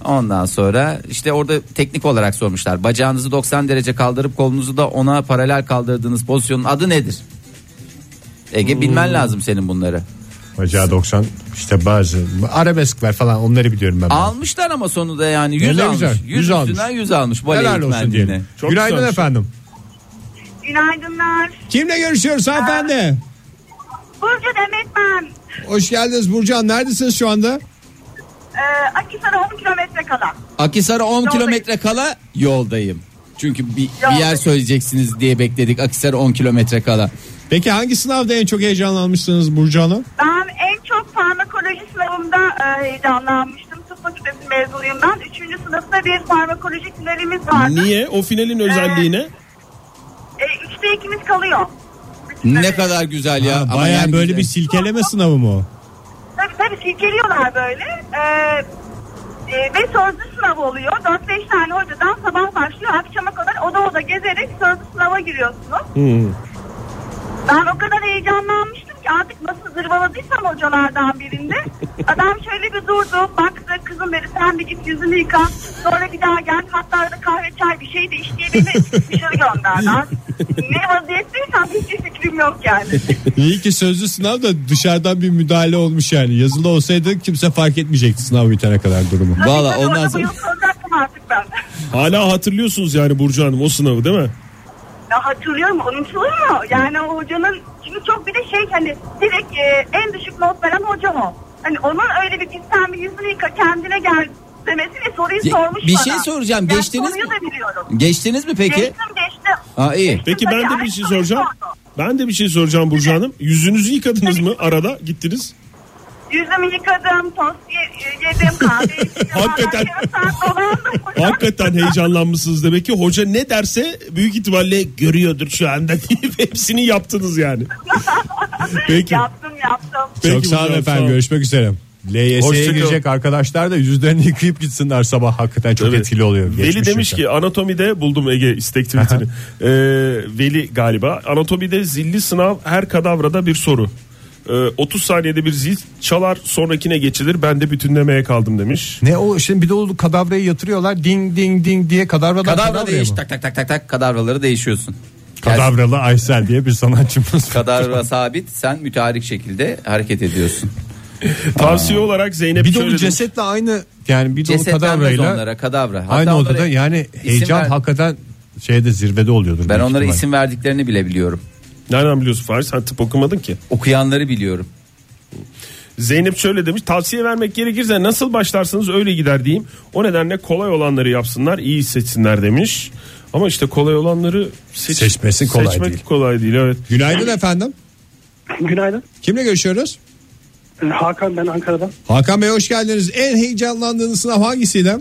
[SPEAKER 3] Ondan sonra işte orada teknik olarak sormuşlar. Bacağınızı 90 derece kaldırıp kolunuzu da ona paralel kaldırdığınız pozisyonun adı nedir? Ege
[SPEAKER 4] Hmm.
[SPEAKER 3] bilmen lazım senin bunları.
[SPEAKER 2] Bacağı 90 işte bazı arabesk var falan onları biliyorum ben.
[SPEAKER 3] Almışlar ama sonunda yani
[SPEAKER 2] Ne
[SPEAKER 3] 100 almış.
[SPEAKER 2] güzel,
[SPEAKER 3] 100,
[SPEAKER 2] yüz almış.
[SPEAKER 3] üstünden 100 almış. Bale
[SPEAKER 2] Helal olsun
[SPEAKER 3] eğitmenliğine.
[SPEAKER 2] diyelim.
[SPEAKER 4] Çok
[SPEAKER 2] Günaydın
[SPEAKER 4] güzelmiş.
[SPEAKER 2] efendim.
[SPEAKER 7] Günaydınlar.
[SPEAKER 2] Kimle görüşüyoruz hanımefendi?
[SPEAKER 7] Burcu Demet ben.
[SPEAKER 2] Hoş geldiniz Burcan. Neredesiniz şu anda?
[SPEAKER 7] Ee, Akhisar'a 10 kilometre kala.
[SPEAKER 8] Akisar'a 10
[SPEAKER 7] Yoldayım.
[SPEAKER 8] kilometre kala yoldayım. Çünkü bir, bir yer
[SPEAKER 7] Yoldayım.
[SPEAKER 8] söyleyeceksiniz diye bekledik Akisar'a 10 kilometre kala.
[SPEAKER 2] Peki hangi sınavda en çok heyecanlanmışsınız Burcu Hanım?
[SPEAKER 7] Ben en çok farmakoloji sınavımda e, heyecanlanmıştım. Tıp fakültesi mezunuyum ben. Üçüncü sınıfta bir farmakoloji finalimiz vardı.
[SPEAKER 4] Niye? O finalin özelliği ne?
[SPEAKER 7] E, üçte ikimiz kalıyor.
[SPEAKER 8] Ne kadar güzel ya.
[SPEAKER 2] Ha,
[SPEAKER 8] Ama
[SPEAKER 2] bayağı
[SPEAKER 8] yani
[SPEAKER 2] böyle
[SPEAKER 8] güzel.
[SPEAKER 2] bir silkeleme sınavı mı o?
[SPEAKER 7] Tabii tabii silkeliyorlar böyle. Ee, e, ve sözlü sınav oluyor. 4-5 tane hocadan sabah başlıyor. Akşama kadar oda oda gezerek sözlü sınava giriyorsunuz.
[SPEAKER 4] Hmm.
[SPEAKER 7] Ben o kadar heyecanlanmıştım ki artık nasıl zırvaladıysam hocalardan birinde. Adam şöyle bir durdu. Baktı kızım dedi sen bir git yüzünü yıka. Sonra bir daha gel. Hatta arada kahve çay bir şey de iç diye beni dışarı gönderdi. Artık Ne vaziyetteysem hiç fikrim yok yani.
[SPEAKER 2] İyi ki sözlü sınav da dışarıdan bir müdahale olmuş yani. Yazılı olsaydı kimse fark etmeyecekti sınav bitene kadar durumu.
[SPEAKER 8] Valla
[SPEAKER 7] Tabii
[SPEAKER 8] ondan
[SPEAKER 7] orada bu
[SPEAKER 8] sonra
[SPEAKER 7] yıl soracaktım artık ben.
[SPEAKER 4] Hala hatırlıyorsunuz yani Burcu Hanım o sınavı değil mi?
[SPEAKER 7] Ya hatırlıyorum unutulur mu? Yani o hocanın şimdi çok bir de şey hani direkt e, en düşük not veren hoca o. Hani onun öyle bir gitsen bir yüzünü yıka kendine gel demesiyle soruyu
[SPEAKER 8] Ge-
[SPEAKER 7] sormuş
[SPEAKER 8] bir
[SPEAKER 7] bana.
[SPEAKER 8] şey soracağım,
[SPEAKER 7] Ben
[SPEAKER 8] geçtiniz
[SPEAKER 7] soruyu
[SPEAKER 8] mi?
[SPEAKER 7] da biliyorum.
[SPEAKER 8] geçtiniz mi peki?
[SPEAKER 7] Geçtim geçtim.
[SPEAKER 8] Ha iyi.
[SPEAKER 7] Geçtim
[SPEAKER 4] Peki
[SPEAKER 7] tabii,
[SPEAKER 4] ben de bir
[SPEAKER 7] aynı
[SPEAKER 4] şey
[SPEAKER 7] soruyu
[SPEAKER 4] soracağım.
[SPEAKER 7] sordu.
[SPEAKER 4] Ben de bir şey soracağım Burcu Hanım. Yüzünüzü yıkadınız mı arada gittiniz?
[SPEAKER 7] Yüzümü yıkadım, tost ye- e, yedim, kahve içtim.
[SPEAKER 4] Hakikaten.
[SPEAKER 7] Yarım saat dolandım.
[SPEAKER 4] Hakikaten heyecanlanmışsınız demek ki hoca ne derse büyük ihtimalle görüyordur şu anda deyip hepsini yaptınız yani. Peki.
[SPEAKER 7] Yaptım yaptım.
[SPEAKER 2] çok
[SPEAKER 4] Peki
[SPEAKER 2] sağ olun
[SPEAKER 4] Burcu Hanım,
[SPEAKER 2] efendim
[SPEAKER 4] sağ olun.
[SPEAKER 2] görüşmek üzere. LYS'ye
[SPEAKER 4] Hoşçakalın.
[SPEAKER 2] girecek arkadaşlar da yüzlerini yıkayıp gitsinler sabah hakikaten çok
[SPEAKER 4] Tabii.
[SPEAKER 2] etkili oluyor.
[SPEAKER 4] Veli
[SPEAKER 2] Geçmiş
[SPEAKER 4] demiş
[SPEAKER 2] yoksa.
[SPEAKER 4] ki anatomide buldum Ege istek tweetini. Ee, Veli galiba anatomide zilli sınav her kadavrada bir soru. Ee, 30 saniyede bir zil çalar sonrakine geçilir ben de bütünlemeye kaldım demiş.
[SPEAKER 2] Ne o şimdi bir de o kadavrayı yatırıyorlar ding ding ding diye kadavradan
[SPEAKER 3] Kadavra
[SPEAKER 2] kadavraya
[SPEAKER 3] değiş
[SPEAKER 2] mı?
[SPEAKER 3] tak tak tak tak tak kadavraları değişiyorsun.
[SPEAKER 2] Kadavralı Aysel diye bir sanatçımız.
[SPEAKER 3] Kadavra sabit sen müteharik şekilde hareket ediyorsun.
[SPEAKER 4] Tavsiye olarak Zeynep
[SPEAKER 2] bir de
[SPEAKER 4] şöyle
[SPEAKER 2] o
[SPEAKER 4] demiş.
[SPEAKER 2] cesetle aynı yani bir de o
[SPEAKER 3] Cesetlenmez
[SPEAKER 2] kadavrayla
[SPEAKER 3] onlara kadavra. Hatta
[SPEAKER 2] aynı
[SPEAKER 3] onlara
[SPEAKER 2] odada yani
[SPEAKER 3] isim
[SPEAKER 2] heyecan
[SPEAKER 3] ver-
[SPEAKER 2] hakikaten şeyde zirvede
[SPEAKER 3] Ben
[SPEAKER 2] oluyordur. büyük
[SPEAKER 3] onlara
[SPEAKER 2] ihtimal.
[SPEAKER 3] isim verdiklerini bile biliyorum.
[SPEAKER 4] Nereden biliyorsun Fahri sen tıp okumadın ki.
[SPEAKER 3] Okuyanları biliyorum.
[SPEAKER 4] Zeynep şöyle demiş tavsiye vermek gerekirse nasıl başlarsanız öyle gider diyeyim. O nedenle kolay olanları yapsınlar iyi hissetsinler demiş. Ama işte kolay olanları seç-
[SPEAKER 2] Seçmesi kolay
[SPEAKER 4] seçmek
[SPEAKER 2] değil.
[SPEAKER 4] kolay değil evet.
[SPEAKER 2] Günaydın efendim.
[SPEAKER 10] Günaydın.
[SPEAKER 2] Kimle görüşüyoruz?
[SPEAKER 10] Ee, Hakan ben Ankara'dan.
[SPEAKER 2] Hakan Bey hoş geldiniz. En heyecanlandığınız sınav hangisiydi?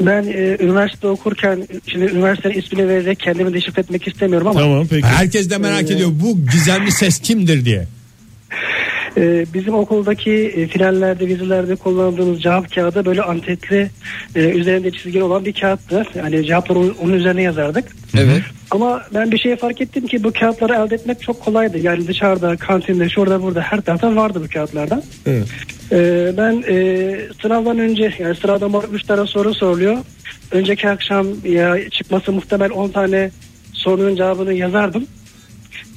[SPEAKER 10] Ben e, üniversite okurken şimdi üniversitenin ismini vererek kendimi deşifre etmek istemiyorum ama Ee,
[SPEAKER 4] Tamam peki.
[SPEAKER 2] Herkes de
[SPEAKER 3] Ee,
[SPEAKER 2] merak ediyor bu gizemli ses kimdir diye.
[SPEAKER 10] e, bizim okuldaki e, finallerde, vizelerde kullandığımız cevap kağıdı böyle antetli e, üzerinde çizgili olan bir kağıttı. Hani cevapları onun- onun üzerine yazardık.
[SPEAKER 3] Evet.
[SPEAKER 10] Ama ben bir şey fark ettim ki bu kağıtları elde etmek çok kolaydı. Yani dışarıda, kantinde, şurada burada her tarafta vardı bu kağıtlardan. Ee, ben e, sınavdan önce yani sırada bana 3 tane soru soruluyor. Önceki akşam ya çıkması muhtemel 10 tane sorunun cevabını yazardım.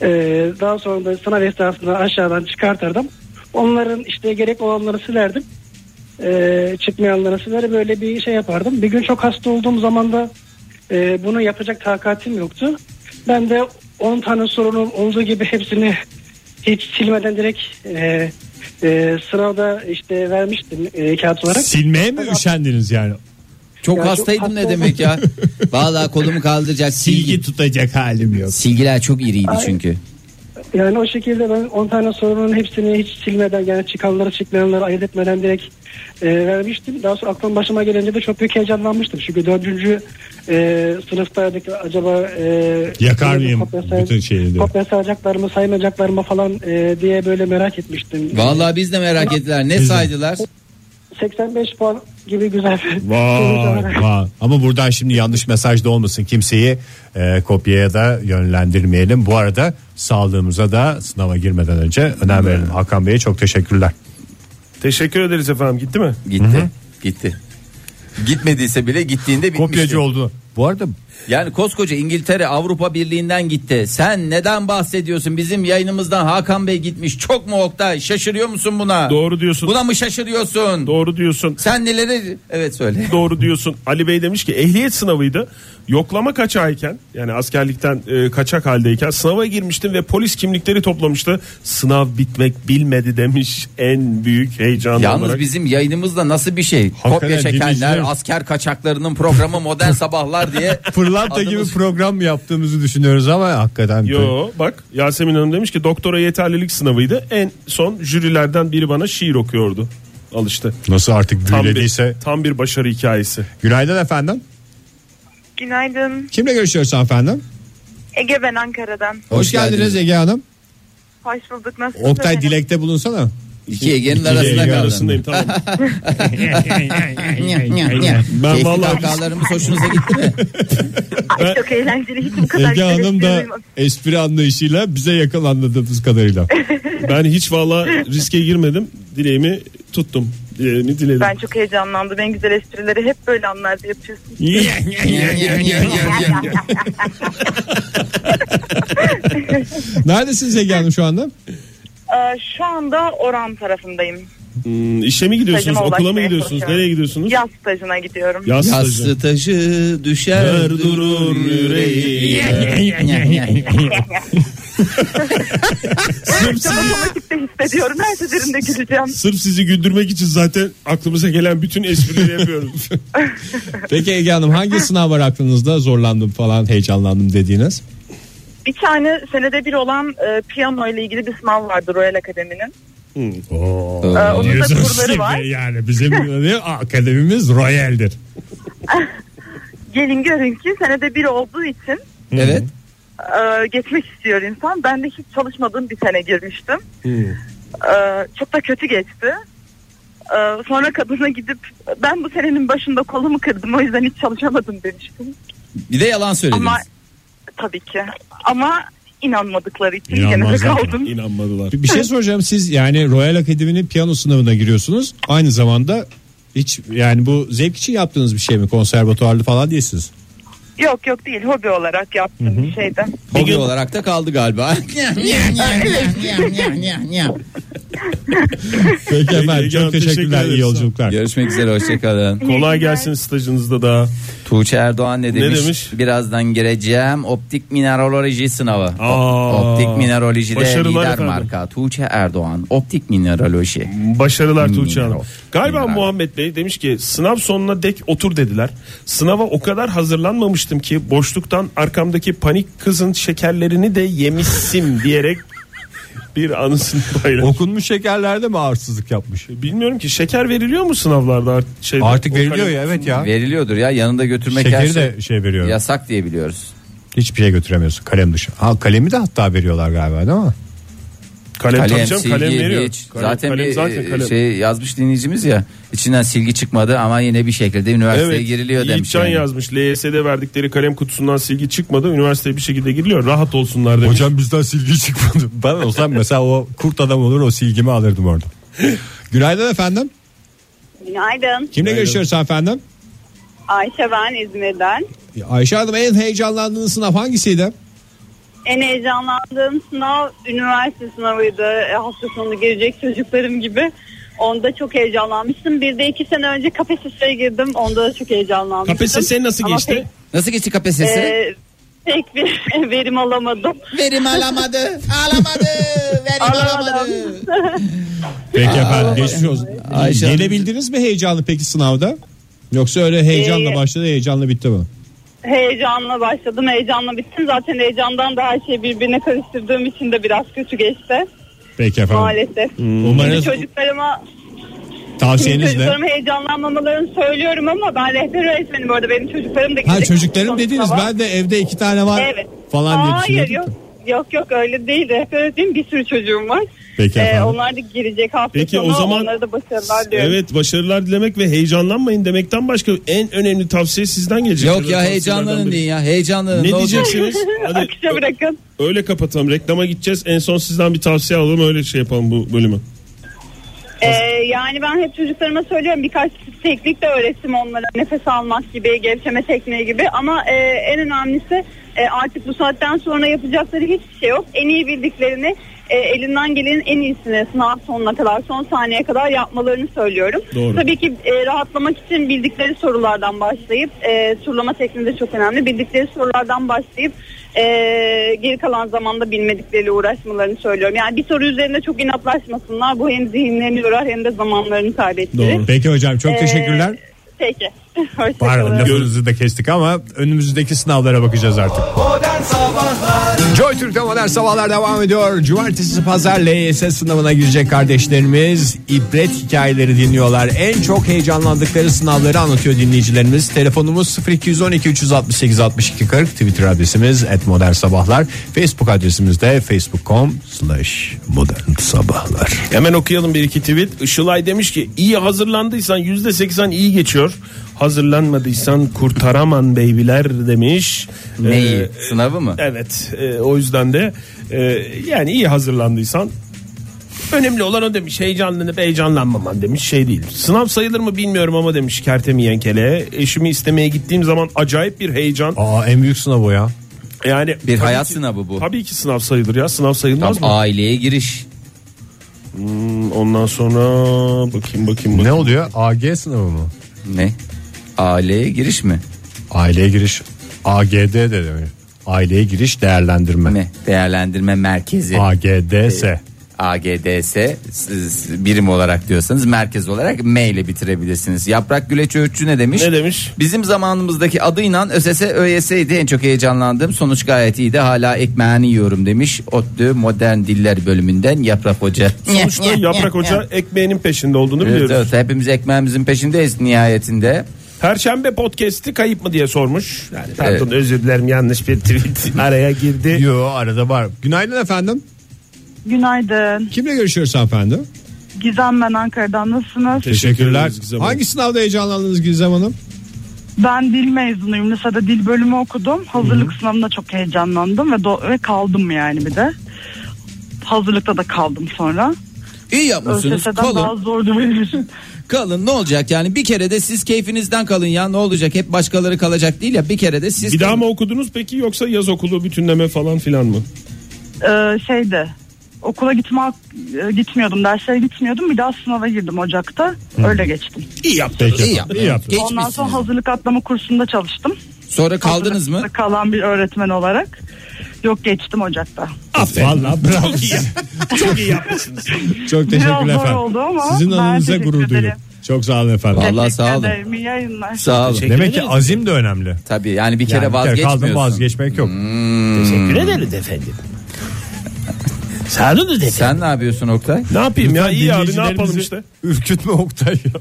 [SPEAKER 10] Ee, daha sonra da sınav esnasında aşağıdan çıkartırdım. Onların işte gerek olanları silerdim. Ee, çıkmayanları siler böyle bir şey yapardım. Bir gün çok hasta olduğum zaman da e, bunu yapacak takatim yoktu. Ben de 10 tane sorunun olduğu gibi hepsini hiç silmeden direkt e, e, sınavda işte vermiştim e, kağıt olarak.
[SPEAKER 2] Silmeye mi üşendiniz yani?
[SPEAKER 3] Çok
[SPEAKER 10] Ya çok
[SPEAKER 3] hastaydım
[SPEAKER 10] hasta
[SPEAKER 3] ne demek ya? Vallahi kolumu kaldıracak silgi.
[SPEAKER 2] Silgi tutacak halim yok.
[SPEAKER 3] Silgiler çok iriydi
[SPEAKER 10] Ay.
[SPEAKER 3] çünkü.
[SPEAKER 10] Yani o şekilde ben 10 tane sorunun hepsini hiç silmeden yani çıkanları çıkmayanları ayırt etmeden direkt e, vermiştim. Daha sonra aklım başıma gelince de çok büyük heyecanlanmıştım. Çünkü dördüncü e, sınıftaydık acaba e,
[SPEAKER 2] Yakar mıyım
[SPEAKER 10] kopya say-
[SPEAKER 2] bütün şeyleri?
[SPEAKER 10] Kopya sayacaklar mı saymayacaklar mı falan e, diye böyle merak etmiştim.
[SPEAKER 3] Vallahi biz de merak ettiler. Ne saydılar?
[SPEAKER 10] 85 puan gibi güzel. bir
[SPEAKER 2] Vay,
[SPEAKER 10] sonuç
[SPEAKER 2] vay. Ama buradan şimdi yanlış mesaj da olmasın. Kimseyi e, kopyaya da yönlendirmeyelim. Bu arada sağlığımıza da sınava girmeden önce önem verelim. Hakan Bey'e çok teşekkürler.
[SPEAKER 4] Teşekkür ederiz efendim gitti mi?
[SPEAKER 11] Gitti. Gitti. Gitmediyse bile gittiğinde bitmişti.
[SPEAKER 2] Kopyacı oldu. Bu arada
[SPEAKER 3] Yani koskoca İngiltere Avrupa Birliği'nden gitti. Sen neden bahsediyorsun? Bizim yayınımızdan Hakan Bey gitmiş. Çok mu Oktay? Şaşırıyor musun buna?
[SPEAKER 4] Doğru diyorsun.
[SPEAKER 3] Buna mı şaşırıyorsun?
[SPEAKER 4] Doğru diyorsun.
[SPEAKER 3] Sen neleri... Evet söyle.
[SPEAKER 4] Doğru diyorsun. Ali Bey demiş ki ehliyet sınavıydı. Yoklama kaçağıyken yani askerlikten e, kaçak haldeyken sınava girmiştim ve polis kimlikleri toplamıştı. Sınav bitmek bilmedi demiş en büyük heyecan
[SPEAKER 3] Yalnız
[SPEAKER 4] olarak.
[SPEAKER 3] bizim yayınımızda nasıl bir şey?
[SPEAKER 2] Hakikaten
[SPEAKER 3] Kopya çekenler,
[SPEAKER 2] dinleyiciler-
[SPEAKER 3] asker kaçaklarının programı modern sabahlar diye.
[SPEAKER 2] Fırlanta
[SPEAKER 3] adımız-
[SPEAKER 2] gibi program yaptığımızı düşünüyoruz ama hakikaten
[SPEAKER 4] Yo bak Yasemin Hanım demiş ki doktora yeterlilik sınavıydı. En son jürilerden biri bana şiir okuyordu. Al işte.
[SPEAKER 2] nasıl artık
[SPEAKER 4] Tam
[SPEAKER 2] büyülediyse.
[SPEAKER 4] bir, tam bir başarı hikayesi.
[SPEAKER 2] Günaydın efendim.
[SPEAKER 12] Günaydın.
[SPEAKER 2] Kimle görüşüyoruz efendim?
[SPEAKER 12] Ege ben Ankara'dan.
[SPEAKER 2] Hoş, geldiniz. Ege Hanım.
[SPEAKER 12] Hoş bulduk. Nasılsın?
[SPEAKER 2] Oktay dilekte bulunsana.
[SPEAKER 3] İki Ege'nin
[SPEAKER 4] Ege
[SPEAKER 3] arasında kaldın.
[SPEAKER 4] arasındayım tamam. Ben
[SPEAKER 3] Ben
[SPEAKER 4] vallahi-
[SPEAKER 3] kahkahalarımız hoşunuza gitti mi?
[SPEAKER 12] Ay, çok eğlenceli. Hiç bu kadar
[SPEAKER 2] Ege Hanım da
[SPEAKER 12] güleştiğimi-
[SPEAKER 2] espri anlayışıyla bize yakın anladığımız kadarıyla.
[SPEAKER 4] ben hiç valla riske girmedim. Dileğimi tuttum. Dileğimi diledim.
[SPEAKER 12] Ben çok heyecanlandım. En güzel esprileri hep böyle anlarda yapıyorsun.
[SPEAKER 2] Neredesiniz Ege Hanım şu anda?
[SPEAKER 12] Ee, şu anda Orhan tarafındayım.
[SPEAKER 4] Hmm, işe mi gidiyorsunuz?
[SPEAKER 12] Stajıma
[SPEAKER 4] Okula mı
[SPEAKER 12] ulaşmaya
[SPEAKER 4] gidiyorsunuz?
[SPEAKER 12] çalışıyorum.
[SPEAKER 4] Nereye gidiyorsunuz?
[SPEAKER 12] Yaz stajına gidiyorum.
[SPEAKER 4] Yaz stajı.
[SPEAKER 3] Yassı taşı düşer
[SPEAKER 4] Her
[SPEAKER 3] durur
[SPEAKER 4] durur
[SPEAKER 3] yüreği.
[SPEAKER 4] yüreği. Sırf,
[SPEAKER 12] Çok
[SPEAKER 4] sizi,
[SPEAKER 12] otomatikte hissediyorum. Her seferinde güleceğim.
[SPEAKER 4] sırf sizi güldürmek için zaten aklımıza gelen bütün esprileri yapıyoruz.
[SPEAKER 2] Peki Ege Hanım hangi sınav var aklınızda zorlandım falan heyecanlandım dediğiniz?
[SPEAKER 12] Bir tane senede bir olan e, piyano ile ilgili bir sınav vardı Royal Akademi'nin. Ee, onun da kurları var.
[SPEAKER 2] yani bizim akademimiz royaldir.
[SPEAKER 12] Gelin görün ki senede bir olduğu için
[SPEAKER 3] evet.
[SPEAKER 12] e, geçmek istiyor insan. Ben de hiç çalışmadığım bir sene girmiştim. E, çok da kötü geçti. E, sonra kadına gidip ben bu senenin başında kolumu kırdım o yüzden hiç çalışamadım demiştim.
[SPEAKER 3] Bir de yalan söylediniz.
[SPEAKER 12] Ama tabii ki ama inanmadıkları için gene de
[SPEAKER 2] İnanmazlar.
[SPEAKER 12] kaldım.
[SPEAKER 4] İnanmadılar.
[SPEAKER 2] Bir şey soracağım siz yani Royal Akademi'nin piyano sınavına giriyorsunuz. Aynı zamanda hiç yani bu zevk için yaptığınız bir şey mi? Konservatuarlı falan değilsiniz.
[SPEAKER 12] Yok yok değil hobi olarak yaptığım bir şeydi.
[SPEAKER 3] Hobi olarak da kaldı galiba.
[SPEAKER 2] Peki efendim
[SPEAKER 4] Ege
[SPEAKER 2] çok
[SPEAKER 4] Hanım, teşekkür
[SPEAKER 2] teşekkürler. iyi
[SPEAKER 4] ederiz.
[SPEAKER 2] yolculuklar.
[SPEAKER 3] Görüşmek üzere hoşçakalın.
[SPEAKER 4] Kolay gelsin stajınızda da.
[SPEAKER 3] Tuğçe Erdoğan ne demiş?
[SPEAKER 4] demiş?
[SPEAKER 3] Birazdan gireceğim optik mineraloji sınavı.
[SPEAKER 4] Aa.
[SPEAKER 3] optik mineralojide
[SPEAKER 4] Başarılar
[SPEAKER 3] lider
[SPEAKER 4] efendim.
[SPEAKER 3] marka Tuğçe Erdoğan optik mineraloji.
[SPEAKER 4] Başarılar Tuğçe Hanım.
[SPEAKER 3] Bravo.
[SPEAKER 4] Galiba
[SPEAKER 3] Bravo.
[SPEAKER 4] Muhammed Bey demiş ki sınav sonuna dek otur dediler. Sınava o kadar hazırlanmamıştım ki boşluktan arkamdaki panik kızın şekerlerini de yemişsim diyerek bir anısını paylaş. E,
[SPEAKER 2] Okunmuş şekerlerde mi ağırsızlık yapmış?
[SPEAKER 4] Bilmiyorum ki şeker veriliyor mu sınavlarda? Art- Şeyde,
[SPEAKER 2] Artık
[SPEAKER 4] o
[SPEAKER 2] veriliyor
[SPEAKER 4] kalem-
[SPEAKER 2] ya evet ya.
[SPEAKER 3] Veriliyordur ya yanında götürmek her
[SPEAKER 2] Şekeri
[SPEAKER 3] şey
[SPEAKER 2] de şey veriyor.
[SPEAKER 3] yasak diye biliyoruz.
[SPEAKER 2] Hiçbir şey götüremiyorsun kalem dışı. Ha kalemi de hatta veriyorlar galiba değil mi?
[SPEAKER 4] Kalem,
[SPEAKER 3] Kalem,
[SPEAKER 4] kalem
[SPEAKER 3] silgi,
[SPEAKER 4] kalem veriyor.
[SPEAKER 3] hiç.
[SPEAKER 4] Kalem-
[SPEAKER 3] zaten
[SPEAKER 4] kalem
[SPEAKER 3] bir
[SPEAKER 4] zaten
[SPEAKER 3] e,
[SPEAKER 4] kalem.
[SPEAKER 3] şey yazmış dinleyicimiz ya içinden silgi çıkmadı ama yine bir şekilde üniversiteye
[SPEAKER 4] Evet,
[SPEAKER 3] giriliyor
[SPEAKER 4] Yiğit
[SPEAKER 3] demiş.
[SPEAKER 4] Can
[SPEAKER 3] yani.
[SPEAKER 4] yazmış. LYS'de verdikleri kalem kutusundan silgi çıkmadı. Üniversiteye bir şekilde giriliyor. Rahat olsunlar demiş.
[SPEAKER 2] bizden silgi çıkmadı. Ben olsam mesela o kurt adam olur o silgimi alırdım orada. Günaydın efendim.
[SPEAKER 1] Günaydın.
[SPEAKER 2] Kimle görüşüyoruz efendim?
[SPEAKER 1] Ayşe ben İzmir'den.
[SPEAKER 2] Ayşe Hanım en heyecanlandığınız sınav hangisiydi?
[SPEAKER 1] En heyecanlandığım sınav üniversite sınavıydı. E, hafta sonu gelecek çocuklarım gibi. Onda çok heyecanlanmıştım. Bir de iki sene önce KPSS'ye girdim. Onda da çok heyecanlanmıştım.
[SPEAKER 4] KPSS nasıl
[SPEAKER 1] Ama
[SPEAKER 4] geçti?
[SPEAKER 3] Nasıl geçti KPSS?
[SPEAKER 1] Pek, e, pek bir verim alamadım.
[SPEAKER 3] Verim alamadı. Alamadı. Verim
[SPEAKER 1] Alamadım.
[SPEAKER 2] Peki efendim geçmiş olsun.
[SPEAKER 3] Ayşe Hanım.
[SPEAKER 2] Yenebildiniz mi heyecanı peki sınavda? Yoksa öyle heyecanla
[SPEAKER 1] Ee,
[SPEAKER 2] başladı heyecanla bitti mi?
[SPEAKER 1] Heyecanla başladım. Heyecanla bittim. Zaten heyecandan da her şeyi birbirine karıştırdığım için de biraz kötü geçti.
[SPEAKER 2] Peki efendim. Hmm.
[SPEAKER 1] Maalesef.
[SPEAKER 2] Umarız
[SPEAKER 1] Çocuklarıma Şimdi
[SPEAKER 2] tavsiyeniz ne?
[SPEAKER 1] çocuklarıma heyecanlanmamalarını söylüyorum ama ben rehber öğretmenim bu arada benim çocuklarım da
[SPEAKER 2] Ha
[SPEAKER 1] gidecek.
[SPEAKER 2] çocuklarım dediniz
[SPEAKER 1] Sınava.
[SPEAKER 2] ben de evde iki tane var
[SPEAKER 1] Evet.
[SPEAKER 2] falan diye
[SPEAKER 1] Hayır
[SPEAKER 2] düşünüyordum.
[SPEAKER 1] yok.
[SPEAKER 2] da.
[SPEAKER 1] Yok yok öyle değil. Rehber öğretmenim bir sürü çocuğum var.
[SPEAKER 2] Peki
[SPEAKER 1] Ee,
[SPEAKER 2] efendim.
[SPEAKER 1] onlar da girecek hafta
[SPEAKER 4] Peki
[SPEAKER 1] sonu.
[SPEAKER 4] o zaman
[SPEAKER 1] Onlara da başarılar diliyorum.
[SPEAKER 4] Evet başarılar dilemek ve heyecanlanmayın demekten başka en önemli tavsiye sizden gelecek.
[SPEAKER 3] Yok ya
[SPEAKER 4] Tavsiyelerden
[SPEAKER 3] heyecanlanın
[SPEAKER 4] biri.
[SPEAKER 3] deyin ya. Heyecanlanın.
[SPEAKER 4] Ne
[SPEAKER 3] olacak?
[SPEAKER 4] diyeceksiniz? Hadi
[SPEAKER 1] Akışa bırakın.
[SPEAKER 4] öyle kapatalım. Reklama gideceğiz. En son sizden bir tavsiye alalım. Öyle şey yapalım bu bölümü.
[SPEAKER 1] Ee, yani ben hep çocuklarıma söylüyorum birkaç teknik de öğrettim onlara. Nefes almak gibi, gevşeme tekniği gibi. Ama e, en önemlisi e, artık bu saatten sonra yapacakları hiçbir şey yok. En iyi bildiklerini e, elinden gelenin en iyisini sınav sonuna kadar, son saniyeye kadar yapmalarını söylüyorum.
[SPEAKER 4] Doğru.
[SPEAKER 1] Tabii ki e, rahatlamak için bildikleri sorulardan başlayıp e, turlama tekniği de çok önemli. Bildikleri sorulardan başlayıp e, geri kalan zamanda bilmedikleriyle uğraşmalarını söylüyorum. Yani bir soru üzerinde çok inatlaşmasınlar. Bu hem zihinlerini yorar hem de zamanlarını kaybettirir.
[SPEAKER 2] Doğru. Peki hocam çok
[SPEAKER 1] Ee,
[SPEAKER 2] teşekkürler.
[SPEAKER 1] Peki.
[SPEAKER 2] Pardon
[SPEAKER 1] Hoşçakalın.
[SPEAKER 2] lafınızı da kestik ama önümüzdeki sınavlara bakacağız artık.
[SPEAKER 7] Modern Sabahlar
[SPEAKER 2] Joy Türk'te modern sabahlar devam ediyor. Cumartesi pazar LYS sınavına girecek kardeşlerimiz ibret hikayeleri dinliyorlar. En çok heyecanlandıkları sınavları anlatıyor dinleyicilerimiz. Telefonumuz 0212 368 62 40. Twitter adresimiz @modernsabahlar. sabahlar. Facebook adresimiz de facebook.com slash modern sabahlar.
[SPEAKER 4] Hemen okuyalım bir iki tweet. Işılay demiş ki iyi hazırlandıysan yüzde seksen iyi geçiyor. Hazırlanmadıysan kurtaraman beybiler demiş.
[SPEAKER 3] Neyi?
[SPEAKER 4] Ee,
[SPEAKER 3] Sınavı mı?
[SPEAKER 4] Evet e, o yüzden de e, yani iyi hazırlandıysan önemli olan o demiş heyecanlanıp heyecanlanmaman demiş şey değil. Sınav sayılır mı bilmiyorum ama demiş Kertemi Yenkele. Eşimi istemeye gittiğim zaman acayip bir heyecan.
[SPEAKER 2] Aa en büyük sınav o ya.
[SPEAKER 4] Yani
[SPEAKER 3] Bir
[SPEAKER 4] tabii
[SPEAKER 3] hayat
[SPEAKER 4] ki-
[SPEAKER 3] sınavı bu.
[SPEAKER 4] Tabii ki sınav sayılır ya sınav sayılmaz
[SPEAKER 3] Tam
[SPEAKER 4] mı? Hmm,
[SPEAKER 3] aileye giriş.
[SPEAKER 4] Ondan sonra bakayım bakayım
[SPEAKER 2] Ne
[SPEAKER 4] bakayım.
[SPEAKER 2] oluyor? AG sınavı mı?
[SPEAKER 3] Ne? Aileye giriş mi?
[SPEAKER 2] Aileye giriş AGD de demiyor. Aileye giriş değerlendirme.
[SPEAKER 3] Ne? Değerlendirme merkezi. E,
[SPEAKER 2] AGDS.
[SPEAKER 3] AGDS siz birim olarak diyorsanız merkez olarak M ile bitirebilirsiniz. Yaprak Güleç Öğütçü ne demiş?
[SPEAKER 4] Ne demiş?
[SPEAKER 3] Bizim zamanımızdaki adıyla ÖSS ÖYS'ydi en çok heyecanlandığım sonuç gayet iyiydi hala ekmeğini yiyorum demiş ODTÜ Modern Diller bölümünden Yaprak Hoca.
[SPEAKER 4] Sonuçta Yaprak Hoca ekmeğinin peşinde olduğunu
[SPEAKER 3] Evet,
[SPEAKER 4] biliyoruz.
[SPEAKER 3] evet, hepimiz ekmeğimizin peşindeyiz nihayetinde.
[SPEAKER 4] Perşembe podcast'i kayıp mı diye sormuş. Yani pardon özür dilerim yanlış bir tweet araya girdi.
[SPEAKER 2] Yo arada var. Günaydın efendim.
[SPEAKER 13] Günaydın.
[SPEAKER 2] Kimle görüşüyoruz efendim?
[SPEAKER 13] Gizem ben Ankara'dan. Nasılsınız?
[SPEAKER 2] Teşekkürler.
[SPEAKER 4] ederiz Gizem Hanım.
[SPEAKER 2] Hangi sınavda heyecanlandınız Gizem Hanım?
[SPEAKER 13] Ben dil mezunuyum. Lisede dil bölümü okudum. Hazırlık sınavında çok heyecanlandım ve do- ve kaldım yani bir de. Hazırlıkta da kaldım sonra.
[SPEAKER 3] İyi yapmışsınız.
[SPEAKER 13] ÖSS'den
[SPEAKER 3] Kalın,
[SPEAKER 13] daha zordu benim için.
[SPEAKER 3] kalın. Ne olacak yani? Bir kere de siz keyfinizden kalın ya. Ne olacak? Hep başkaları kalacak değil ya. Bir kere de siz
[SPEAKER 4] Bir daha
[SPEAKER 3] kalın.
[SPEAKER 4] mı okudunuz peki yoksa yaz okulu bütünleme falan filan mı?
[SPEAKER 13] Ee, şeydi. Okula gitme e, gitmiyordum. Derslere gitmiyordum. Bir daha sınava girdim Ocak'ta. Öyle geçtim.
[SPEAKER 4] İyi yaptınız.
[SPEAKER 3] İyi yaptın. Geçmişsiniz.
[SPEAKER 13] Ondan sonra hazırlık atlama kursunda çalıştım.
[SPEAKER 3] Sonra kaldınız mı?
[SPEAKER 13] Hazırlıkta Kalan bir öğretmen olarak. Yok geçtim Ocak'ta.
[SPEAKER 2] Valla bravo.
[SPEAKER 4] Çok iyi yapmışsınız.
[SPEAKER 2] Çok
[SPEAKER 13] Biraz
[SPEAKER 2] teşekkür
[SPEAKER 13] zor
[SPEAKER 2] efendim.
[SPEAKER 13] oldu ama
[SPEAKER 2] Sizin
[SPEAKER 13] ben
[SPEAKER 2] adınıza
[SPEAKER 13] teşekkür
[SPEAKER 2] gurur
[SPEAKER 13] ederim.
[SPEAKER 2] duyuyorum. Çok sağ olın efendim.
[SPEAKER 3] Vallahi
[SPEAKER 13] Teşekkür
[SPEAKER 3] sağ olun.
[SPEAKER 13] ederim. İyi yayınlar.
[SPEAKER 3] Sağ olun.
[SPEAKER 4] Teşekkür
[SPEAKER 2] Demek ki
[SPEAKER 4] ederiz.
[SPEAKER 2] azim de önemli.
[SPEAKER 3] Tabii yani bir kere Hmm.
[SPEAKER 2] Yani bir kere
[SPEAKER 3] vazgeçmiyorsun.
[SPEAKER 2] Hmm. kaldım vazgeçmek yok.
[SPEAKER 4] Teşekkür ederiz efendim.
[SPEAKER 14] Sağolunuz dedi.
[SPEAKER 3] Sen ne yapıyorsun Oktay?
[SPEAKER 4] Ne yapayım ya iyi abi ne yapalım
[SPEAKER 2] dinleyicilerimizi
[SPEAKER 4] işte.
[SPEAKER 2] Ürkütme Oktay ya.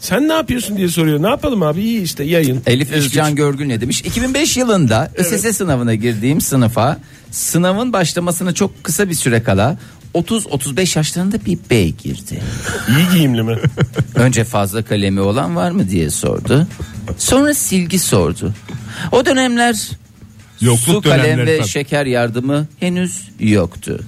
[SPEAKER 4] Sen ne yapıyorsun diye soruyor. Ne yapalım abi iyi işte yayın.
[SPEAKER 3] Elif Özcan Görgül ne demiş? 2005 yılında ÖSS sınavına girdiğim sınıfa sınavın başlamasına çok kısa bir süre kala 30-35 yaşlarında bir bey girdi.
[SPEAKER 4] İyi giyimli mi?
[SPEAKER 3] Önce fazla kalemi olan var mı diye sordu. Sonra silgi sordu. O dönemler
[SPEAKER 2] Yokluk
[SPEAKER 3] su kalem
[SPEAKER 2] dönemleri
[SPEAKER 3] ve
[SPEAKER 2] tabii.
[SPEAKER 3] şeker yardımı henüz yoktu.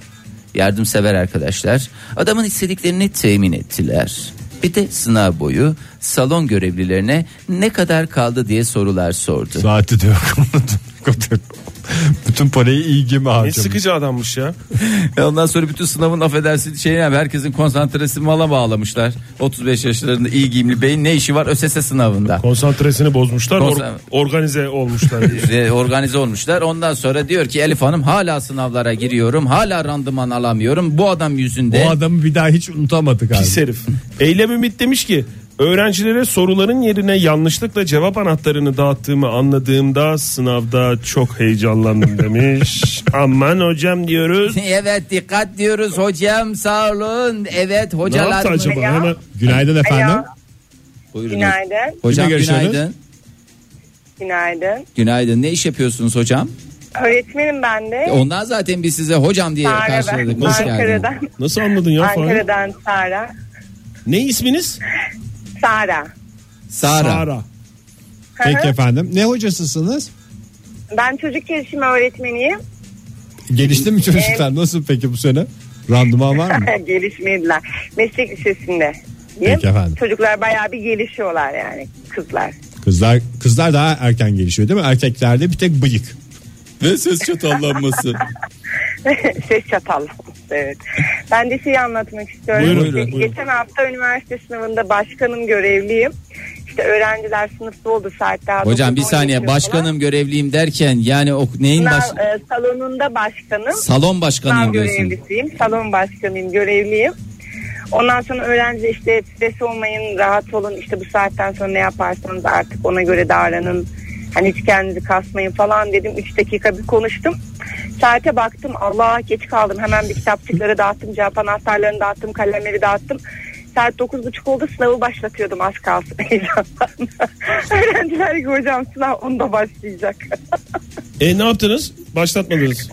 [SPEAKER 3] Yardımsever arkadaşlar adamın istediklerini temin ettiler. Bir de sınav boyu salon görevlilerine ne kadar kaldı diye sorular sordu.
[SPEAKER 2] Saati de yok anladım. Kadir. Bütün parayı iyi gibi
[SPEAKER 4] Ne
[SPEAKER 2] harcamış.
[SPEAKER 4] sıkıcı adammış ya.
[SPEAKER 3] Ya E, Ondan sonra bütün sınavın affedersin şeyine herkesin konsantresi mala bağlamışlar. 35 yaşlarında iyi giyimli beyin ne işi var ÖSS sınavında.
[SPEAKER 4] Konsantresini bozmuşlar. or-
[SPEAKER 3] Konsan-
[SPEAKER 4] organize olmuşlar.
[SPEAKER 3] Ve organize olmuşlar. Ondan sonra diyor ki Elif Hanım hala sınavlara giriyorum. Hala randıman alamıyorum. Bu adam yüzünde.
[SPEAKER 2] O adamı bir daha hiç unutamadık abi.
[SPEAKER 4] Pis herif. Eylem Ümit demiş ki öğrencilere soruların yerine yanlışlıkla cevap anahtarını dağıttığımı anladığımda sınavda çok heyecanlandım demiş. Aman hocam diyoruz.
[SPEAKER 3] evet dikkat diyoruz hocam sağ olun. Evet
[SPEAKER 4] Ne yaptı
[SPEAKER 3] hocalar.
[SPEAKER 4] acaba?
[SPEAKER 15] Alo.
[SPEAKER 4] Hemen
[SPEAKER 2] Günaydın efendim.
[SPEAKER 15] Alo. Günaydın.
[SPEAKER 3] Hocam
[SPEAKER 2] Kimle görüşüyoruz?
[SPEAKER 3] günaydın.
[SPEAKER 15] Günaydın.
[SPEAKER 3] Günaydın. Ne iş yapıyorsunuz hocam? E,
[SPEAKER 15] Öğretmenim ben de.
[SPEAKER 3] Ondan zaten biz size hocam diye
[SPEAKER 15] Sara
[SPEAKER 3] karşıladık.
[SPEAKER 15] ben.
[SPEAKER 3] Hoş geldiniz.
[SPEAKER 15] Ankara'dan.
[SPEAKER 4] nasıl anladın ya Fahri?
[SPEAKER 15] Ankara'dan Sara.
[SPEAKER 4] Ne isminiz?
[SPEAKER 15] Sara.
[SPEAKER 3] Sara.
[SPEAKER 2] Peki efendim. Ne hocasısınız?
[SPEAKER 15] Ben çocuk gelişimi öğretmeniyim.
[SPEAKER 2] Gelişti mi çocuklar? Nasıl peki bu sene? Randıman var mı?
[SPEAKER 15] Gelişmediler. Meslek lisesinde.
[SPEAKER 2] Peki efendim.
[SPEAKER 15] Çocuklar bayağı bir gelişiyorlar yani kızlar.
[SPEAKER 2] Kızlar kızlar daha erken gelişiyor değil mi? Erkeklerde bir tek bıyık.
[SPEAKER 3] Ve ses çatallanması.
[SPEAKER 15] Ses çatal. Evet. Ben de şeyi anlatmak istiyorum.
[SPEAKER 4] Buyurun,
[SPEAKER 15] Ge-
[SPEAKER 4] buyurun, buyurun.
[SPEAKER 15] Geçen hafta üniversite sınavında başkanım görevliyim. İşte öğrenciler sınıfta oldu saat daha.
[SPEAKER 3] Hocam bir
[SPEAKER 15] 9-10
[SPEAKER 3] saniye
[SPEAKER 15] geçiyor falan.
[SPEAKER 3] başkanım görevliyim derken yani o neyin
[SPEAKER 15] Sınav,
[SPEAKER 3] baş...
[SPEAKER 15] e, salonunda başkanım.
[SPEAKER 3] Salon
[SPEAKER 15] Sınav
[SPEAKER 3] başkanıyım diyorsun.
[SPEAKER 15] görevlisiyim. Salon başkanıyım, görevliyim. Ondan sonra öğrenci işte stres olmayın, rahat olun. İşte bu saatten sonra ne yaparsanız artık ona göre davranın. Hani hiç kendinizi kasmayın falan dedim. 3 dakika bir konuştum. Saate baktım. Allah geç kaldım. Hemen bir kitapçıkları dağıttım. Cevap anahtarlarını dağıttım. Kalemleri dağıttım. Saat 9.30 oldu sınavı başlatıyordum az kalsın heyecandan. Öğrenciler ki hocam sınav onda başlayacak.
[SPEAKER 4] E ne yaptınız? Başlatmadınız.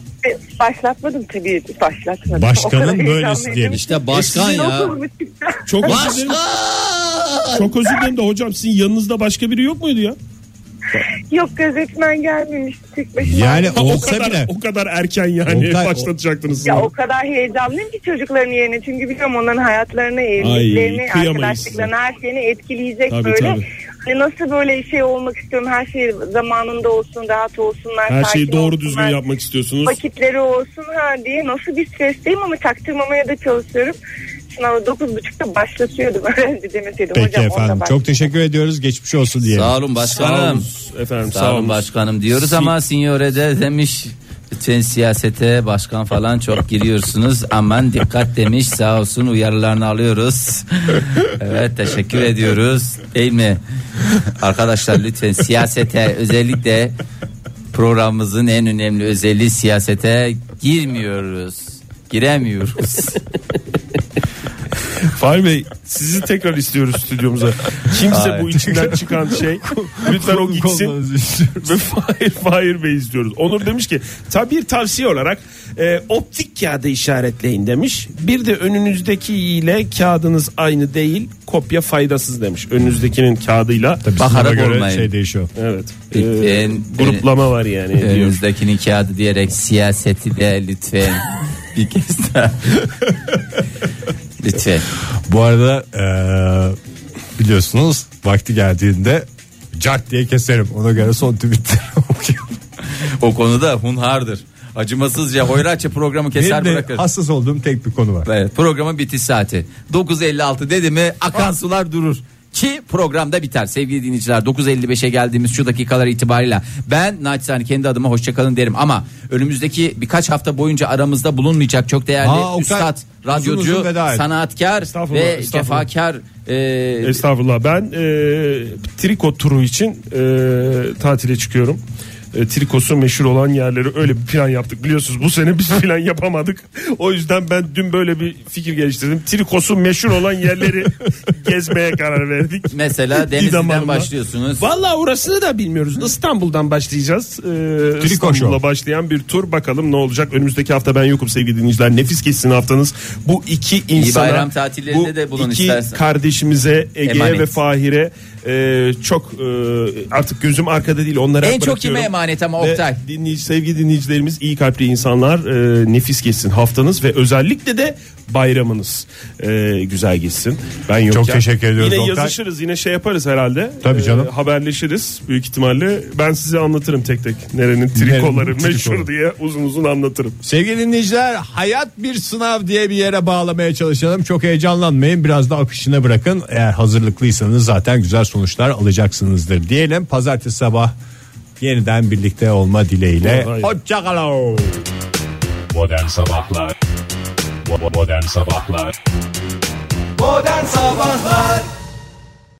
[SPEAKER 15] Başlatmadım tabii başlatmadım.
[SPEAKER 2] Başkanın
[SPEAKER 15] O kadar
[SPEAKER 2] böylesi
[SPEAKER 15] heyecanlıydım.
[SPEAKER 2] diyelim.
[SPEAKER 3] İşte başkan ya.
[SPEAKER 15] Dokuz buçukta.
[SPEAKER 4] Çok özür dilerim.
[SPEAKER 3] Başkan!
[SPEAKER 4] Çok özür dilerim de hocam sizin yanınızda başka biri yok muydu ya?
[SPEAKER 15] Yok gözetmen gelmemiş. Tek başıma.
[SPEAKER 2] Yani
[SPEAKER 4] Ha, o
[SPEAKER 2] olsa
[SPEAKER 4] kadar
[SPEAKER 2] bile
[SPEAKER 4] o kadar erken yani
[SPEAKER 2] Oktay, o-
[SPEAKER 4] başlatacaktınız.
[SPEAKER 15] Ya
[SPEAKER 4] sınavı.
[SPEAKER 15] o kadar heyecanlıyım ki çocukların yerine. Çünkü biliyorum onların hayatlarını,
[SPEAKER 4] Ay,
[SPEAKER 15] evliliklerini,
[SPEAKER 4] kıyamayız
[SPEAKER 15] arkadaşlıklarını her şeyini etkileyecek
[SPEAKER 4] Tabii,
[SPEAKER 15] böyle.
[SPEAKER 4] tabii.
[SPEAKER 15] Hani nasıl böyle şey olmak istiyorum. Her şey zamanında olsun, rahat olsunlar.
[SPEAKER 4] Her
[SPEAKER 15] sakin
[SPEAKER 4] şeyi doğru
[SPEAKER 15] olsunlar,
[SPEAKER 4] düzgün yapmak istiyorsunuz.
[SPEAKER 15] Vakitleri olsun ha diye nasıl bir stresteyim ama çaktırmamaya da çalışıyorum. Sınavı dokuz buçukta başlatıyordum. Öğrenci demeseydim
[SPEAKER 2] peki
[SPEAKER 15] hocam onda
[SPEAKER 2] efendim.
[SPEAKER 15] başlat.
[SPEAKER 2] Çok teşekkür ediyoruz. Geçmiş olsun diye.
[SPEAKER 3] Sağ olun
[SPEAKER 4] Sağ olun
[SPEAKER 3] başkanım.
[SPEAKER 4] efendim.
[SPEAKER 3] Sağ olun başkanım diyoruz ama sinyore de demiş sen siyasete başkan falan çok giriyorsunuz aman dikkat demiş sağ olsun uyarılarını alıyoruz. Evet teşekkür ediyoruz değil mi? Arkadaşlar lütfen siyasete özellikle programımızın en önemli özelliği siyasete girmiyoruz. Giremiyoruz.
[SPEAKER 4] Fahri Bey sizi tekrar istiyoruz stüdyomuza. Kimse
[SPEAKER 3] Ay.
[SPEAKER 4] bu içinden çıkan şey lütfen o gitsin ve Fahir, Fahir Bey istiyoruz. Onur demiş ki tabi bir tavsiye olarak e, optik kağıda işaretleyin demiş. Bir de önünüzdeki ile kağıdınız aynı değil kopya faydasız demiş. Önünüzdekinin kağıdıyla.
[SPEAKER 3] Baharat
[SPEAKER 2] Sınava göre
[SPEAKER 3] olmayın.
[SPEAKER 2] şey değişiyor.
[SPEAKER 4] Evet. E,
[SPEAKER 3] Lütfen.
[SPEAKER 4] gruplama var yani. diyor.
[SPEAKER 3] Önünüzdekinin kağıdı diyerek siyaseti de lütfen bir kez daha. lütfen.
[SPEAKER 2] Bu arada eee, biliyorsunuz vakti geldiğinde cart diye keserim. Ona göre son tweetleri okuyalım.
[SPEAKER 3] O konuda hunhardır. Acımasızca hoyratça programı keser
[SPEAKER 2] Benim de
[SPEAKER 3] bırakır.
[SPEAKER 2] hassas olduğum tek bir konu var.
[SPEAKER 3] Evet, programın bitiş saati 9.56 dedi mi akan sular durur. Ki programda biter sevgili dinleyiciler 9.55'e geldiğimiz şu dakikalar itibariyle ben naçizane kendi adıma hoşçakalın derim ama önümüzdeki birkaç hafta boyunca aramızda bulunmayacak çok değerli
[SPEAKER 2] Aa, Oktay,
[SPEAKER 3] üstad, radyocu,
[SPEAKER 2] uzun uzun veda et.
[SPEAKER 3] sanatkar
[SPEAKER 4] Estağfurullah,
[SPEAKER 3] ve
[SPEAKER 4] estağfurullah.
[SPEAKER 3] cefakar
[SPEAKER 7] Ee,
[SPEAKER 3] e,
[SPEAKER 4] Estağfurullah ben e, triko turu için e, tatile çıkıyorum. e, trikosu meşhur olan yerleri öyle bir plan yaptık. Biliyorsunuz bu sene biz plan yapamadık. O yüzden ben dün böyle bir fikir geliştirdim. Trikosu meşhur olan yerleri gezmeye karar verdik.
[SPEAKER 7] Mesela
[SPEAKER 4] İdam
[SPEAKER 7] Denizli'den
[SPEAKER 4] Hanım'la.
[SPEAKER 7] başlıyorsunuz.
[SPEAKER 4] Vallahi orasını da bilmiyoruz. İstanbul'dan başlayacağız. Ee,
[SPEAKER 2] Triko
[SPEAKER 4] İstanbul'la
[SPEAKER 2] Show.
[SPEAKER 4] başlayan bir tur. Bakalım ne olacak. Önümüzdeki hafta ben yokum sevgili dinleyiciler. Nefis geçsin haftanız. Bu iki insana,
[SPEAKER 7] bayram tatillerinde
[SPEAKER 4] bu
[SPEAKER 7] de bulun
[SPEAKER 4] iki
[SPEAKER 7] istersen.
[SPEAKER 4] kardeşimize, Ege'ye
[SPEAKER 7] Emanet.
[SPEAKER 4] ve Fahir'e e, çok e, artık gözüm arkada değil. Onlara
[SPEAKER 7] En çok kime emanet ama Oktay?
[SPEAKER 4] Ve dinleyici, sevgili dinleyicilerimiz iyi kalpli insanlar e, nefis geçsin haftanız ve özellikle de bayramınız e, güzel geçsin. Ben yokken.
[SPEAKER 2] teşekkür ediyoruz
[SPEAKER 4] Yine
[SPEAKER 2] Oktay.
[SPEAKER 4] yazışırız yine şey yaparız herhalde.
[SPEAKER 2] Tabii
[SPEAKER 4] E,
[SPEAKER 2] canım.
[SPEAKER 4] haberleşiriz büyük ihtimalle. Ben size anlatırım tek tek nerenin trikoları
[SPEAKER 2] Nerenin
[SPEAKER 4] meşhur
[SPEAKER 2] trikoları.
[SPEAKER 4] diye uzun uzun anlatırım.
[SPEAKER 2] Sevgili dinleyiciler hayat bir sınav diye bir yere bağlamaya çalışalım. Çok heyecanlanmayın biraz da akışına bırakın. Eğer hazırlıklıysanız zaten güzel sonuçlar alacaksınızdır diyelim. Pazartesi sabah yeniden birlikte olma dileğiyle.
[SPEAKER 4] Hayır.
[SPEAKER 2] Hoşçakalın.
[SPEAKER 16] Modern Sabahlar Bo- bo- Modern Sabahlar
[SPEAKER 1] Modern Sabahlar